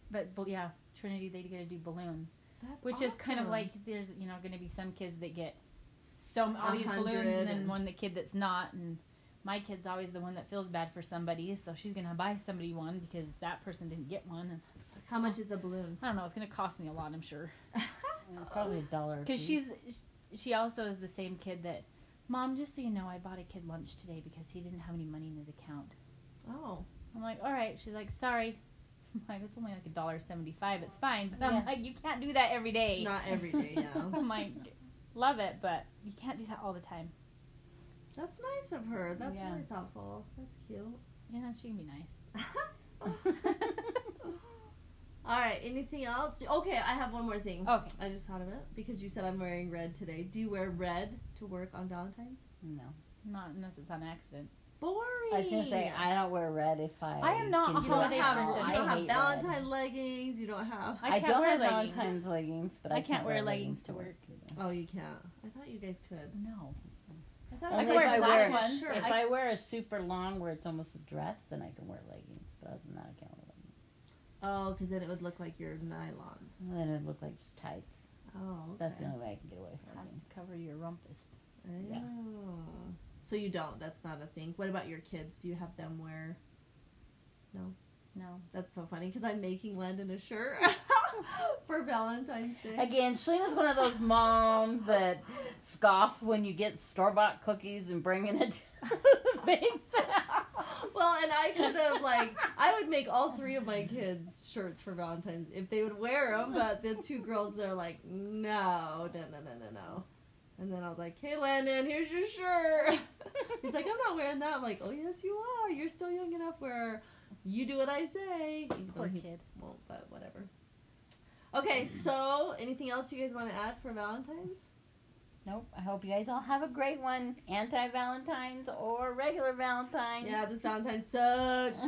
A: but, but yeah, Trinity they get to do balloons,
B: That's
A: which is kind of
B: awesome.
A: like there's you know going to be some kids that get so m- all these
B: 100
A: balloons, and then
B: and-
A: one the kid that's not. And my kid's always the one that feels bad for somebody, so she's gonna buy somebody one because that person didn't get one. And I was like,
B: how much is a balloon?
A: I don't know. It's gonna cost me a lot, I'm sure.
C: It was Uh, probably a dollar. a
A: Because
C: piece.
A: she's she also is the same kid that, mom. Just so you know, I bought a kid lunch today because he didn't have any money in his account.
B: Oh,
A: I'm like, all right. She's like, sorry. <laughs> I'm like, it's only like a dollar seventy-five. It's fine. But I'm
C: Yeah.
A: like, you can't do that every day.
B: not every day. Yeah.
A: <laughs> I'm like, love it, but you can't do that all the time.
B: That's nice of her. That's
A: Yeah.
B: really thoughtful. That's cute. <laughs>
A: Yeah, she can be nice.
B: All right. Anything else? Okay, I have one more thing.
A: Okay.
B: I just thought of it because you said I'm wearing red today. Do you wear red to work on Valentine's?
C: no.
A: Not unless it's on accident.
B: Boring.
C: I was gonna say I don't wear red if I.
A: I am not
C: can
A: a
B: You
C: do
B: don't
A: holiday
C: it.
B: have.
A: person.
B: You
C: I
B: don't have
C: hate
B: Valentine
C: red.
B: leggings. You don't have.
A: I can't
C: don't
A: wear
C: have
A: leggings.
C: Valentine's leggings, but I,
A: I can't wear leggings to
C: either.
B: Oh, you can't. I thought you guys could.
A: No.
B: I thought
A: I
C: Only
A: can wear
C: if I
A: black
C: wear
A: ones.
B: Sure.
C: If
B: I-
C: I, wear a super long where it's almost a dress, then I can wear leggings. But other than that, I can't wear leggings.
B: oh, because then it would look like your nylons.
C: And then it look like just tights.
B: Oh, okay.
C: That's the only way I can get away from
A: Has
C: leggings.
A: to cover your rumpus.
C: Yeah.
B: Oh. So you don't. That's not a thing. What about your kids? Do you have them wear?
A: No.
B: That's so funny because I'm making Landon a shirt <laughs> for Valentine's Day.
C: Again, Shelena's one of those moms that scoffs when you get store bought cookies and bringing <laughs> it to the face.
B: well, and I
A: <laughs>
B: could have like I would make all three of my kids shirts for Valentine's if they would wear them, but the two girls they're like, no, no, no, no, no, no. And then I was like, hey, Landon, here's your shirt. <laughs> He's like, I'm not wearing that. I'm like, oh yes, you are. You're still young enough where you do what I say. even though
A: Poor <laughs>
B: he
A: kid.
B: won't, but whatever. Okay, so anything else you guys want to add for Valentine's?
C: Nope. I hope you guys all have a great one. Anti Valentine's or regular Valentine's.
B: Yeah, this Valentine
C: <laughs>
B: sucks.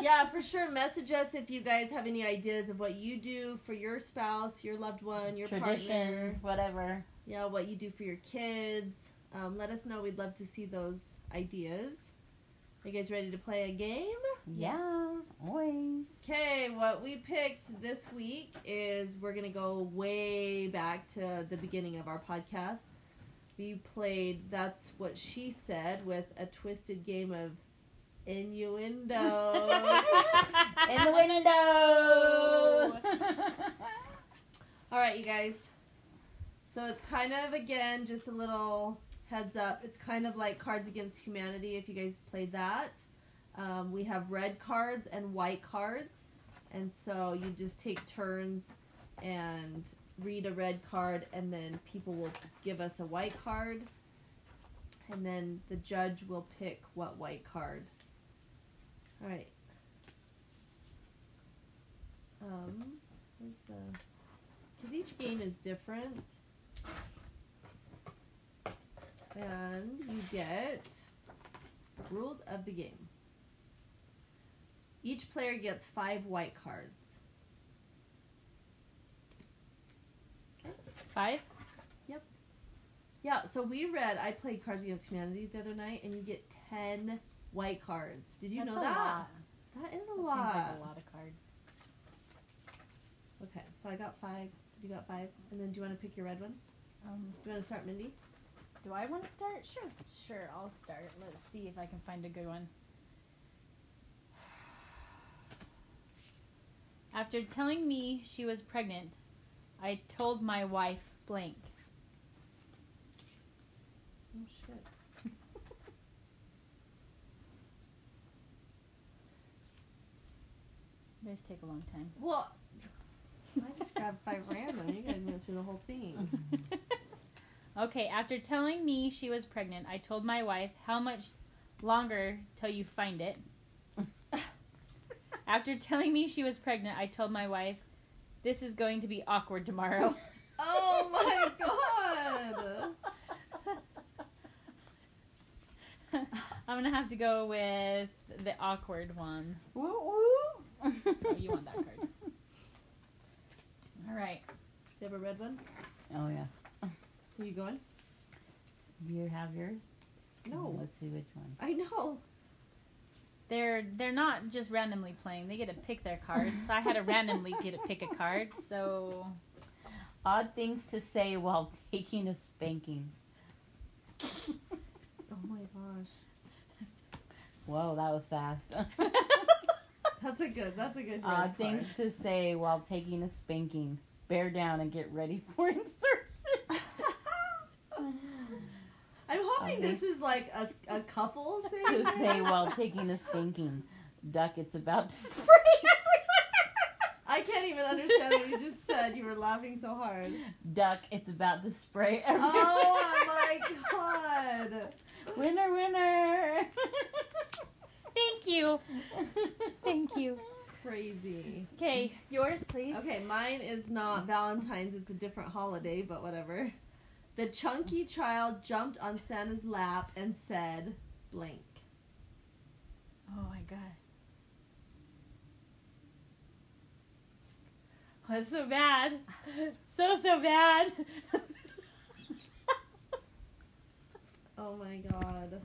B: yeah, for sure. Message us if you guys have any ideas of what you do for your spouse, your loved one, your partner.
C: Traditions, whatever.
B: Yeah, what you do for your kids. Um, let us know. We'd love to see those ideas. Are you guys ready to play a game?
C: Yeah, always.
B: Okay, what we picked this week is we're going to go way back to the beginning of our podcast. We played That's What She Said with a twisted game of
A: <laughs>
B: innuendo.
C: <laughs> In the <laughs> window.
B: All right, you guys. So it's kind of again just a little heads up. It's kind of like Cards Against Humanity. If you guys played that, um, we have red cards and white cards, and so you just take turns and read a red card, and then people will give us a white card, and then the judge will pick what white card. All right. Um, where's the because each game is different. And you get rules of the game. Each player gets five white cards.
A: Five?
B: Yeah, so we read, I played Cards Against Humanity the other night, and you get 10 white cards. Did you
A: That's
B: know
A: a
B: that?
A: lot.
B: That is
A: That
B: a
A: seems like
B: lot.
A: a lot of cards.
B: Okay, so I got five. You got five. And then do you want to pick your red one?
A: Um,
B: Do you want to start, Mindy?
A: Do I want to start? Sure. Sure, I'll start. Let's see if I can find a good one. After telling me she was pregnant, I told my wife blank.
B: Oh shit.
A: These take a long time.
B: Well, <laughs> I just grabbed five random. You guys went through the whole thing.
A: <laughs> okay, after telling me she was pregnant, I told my wife, How much longer till you find it? after telling me she was pregnant, I told my wife, This is going to be awkward tomorrow.
B: Oh my god!
A: I'm gonna have to go with the awkward one.
C: Woo <laughs> woo.
A: Oh, you want that card. All right.
B: Do you have a red one?
C: Oh yeah.
B: Are you going?
C: Do you have yours?
B: No.
C: Let's see which one.
B: I know.
A: They're they're not just randomly playing. They get to pick their cards. I <laughs> had to randomly get to pick a card. <laughs> So
C: Odd things to say while taking a spanking.
B: Oh my gosh.
C: Whoa, that was fast. <laughs>
B: That's a good. That's a good.
C: Odd
B: red
C: things to say while taking a spanking. Bear down and get ready <laughs> for insertion.
B: card. I'm hoping
C: Okay.
B: this is like a, a <laughs> couple saying.
C: to
B: this.
C: say while taking a spanking. Duck, it's about to spring.
B: I can't even understand what you just said. You were laughing so <laughs> hard.
C: Duck, it's about to spray <laughs> everywhere.
B: Oh my god!
C: Winner, <laughs> winner.
A: thank you, thank you.
B: Crazy.
A: Okay, yours please.
B: Okay, mine is not Valentine's. It's a different holiday, but whatever. The chunky child jumped on Santa's lap and said, blank.
A: Oh my god. Oh, that's so bad. So so bad. <laughs>
B: Oh my god.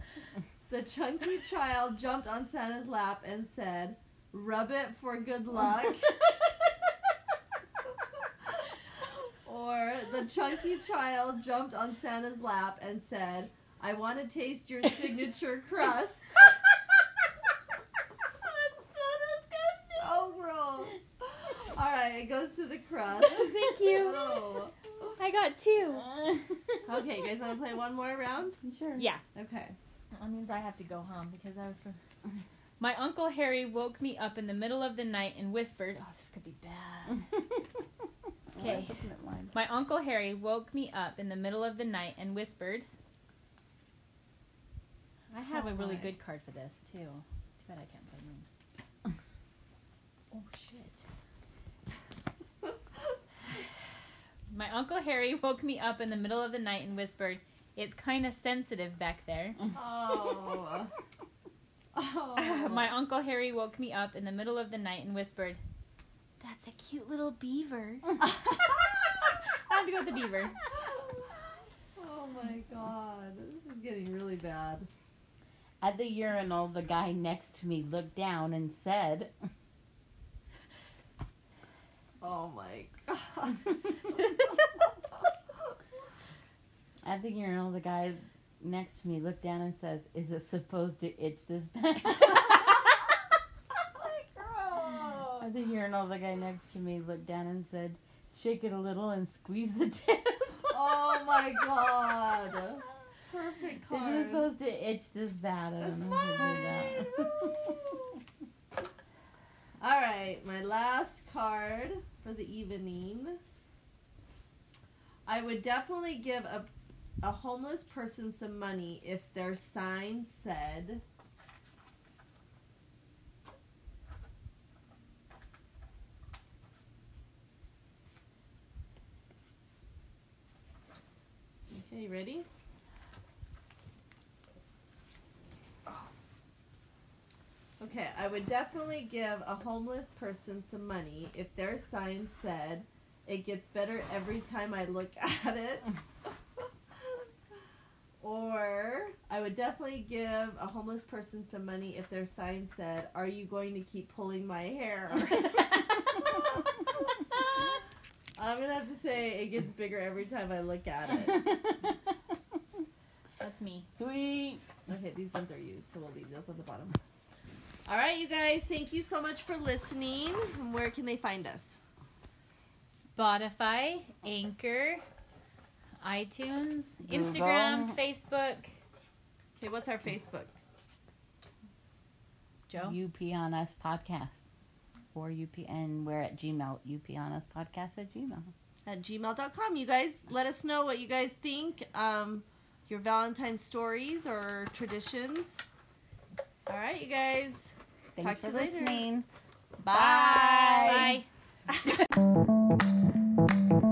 B: The chunky child jumped on Santa's lap and said, rub it for
A: <laughs>
B: good luck. Or the chunky child jumped on Santa's lap and said, I want to taste
A: <laughs>
B: your signature crust. So gross. All right, it goes to the crust.
A: Thank you.
B: Oh.
A: I got <laughs> two.
B: Okay, you guys want to play one more round?
C: sure. <laughs>
A: Yeah.
B: Okay.
A: That means I have to go home because I was. My uncle Harry woke me up in the middle of the night and whispered, "Oh, this could be bad." Okay. My uncle Harry woke me up in the middle of the night and whispered, "I have a really
B: my.
A: good card for this too. Too bad I can't play mine." <laughs> oh shit. <laughs> My uncle Harry woke me up in the middle of the night and whispered, "It's kind of sensitive back there." <laughs>
B: Oh. Oh.
A: <laughs>
B: <laughs>
A: My Uncle Harry woke me up in the middle of the night and whispered, That's a cute little beaver. <laughs> I have to go with the beaver.
B: Oh my god. This is getting really bad.
C: At the urinal, the guy next to me looked down and said,
B: Oh my
C: <laughs>
B: god.
C: At the urinal, the guy next to me looked down and says, Is it supposed to itch this
B: <laughs>
C: bad? <laughs> At the urinal, the guy next to me looked down and said, Shake it a little and squeeze the tip. <laughs>
B: oh my god. Perfect
C: Isn't it
B: card.
C: supposed to itch this bad? I
B: That's
C: don't know who did
B: All right, my last card for the evening. I would definitely give a a homeless person some money if their sign said Okay, you ready? Okay, I would definitely give a homeless person some money if their sign said, "It gets better every time I look <laughs> at it." or I would definitely give a homeless person some money if their sign said, "Are you going to keep pulling my hair?" <laughs>
C: <laughs>
B: <laughs> I'm gonna have to say it gets bigger every time I look at it.
C: that.
A: me.
C: Sweet.
B: Okay, these ones are used, so we'll leave those on the bottom. All right, you guys, thank you so much for listening. And Where can they find us?
A: Spotify, Anchor, iTunes,
C: Google.
A: Instagram, Facebook.
B: Okay, what's our Facebook?
A: Joe?
C: UP on us podcast. Or UP, and we're at Gmail. UP on us podcast at Gmail.
B: At gmail.com. You guys, let us know what you guys think. Um, your Valentine stories or traditions. All right, you guys.
C: Thanks
B: Talk to
C: for
B: you later.
C: listening.
B: Bye.
A: Bye.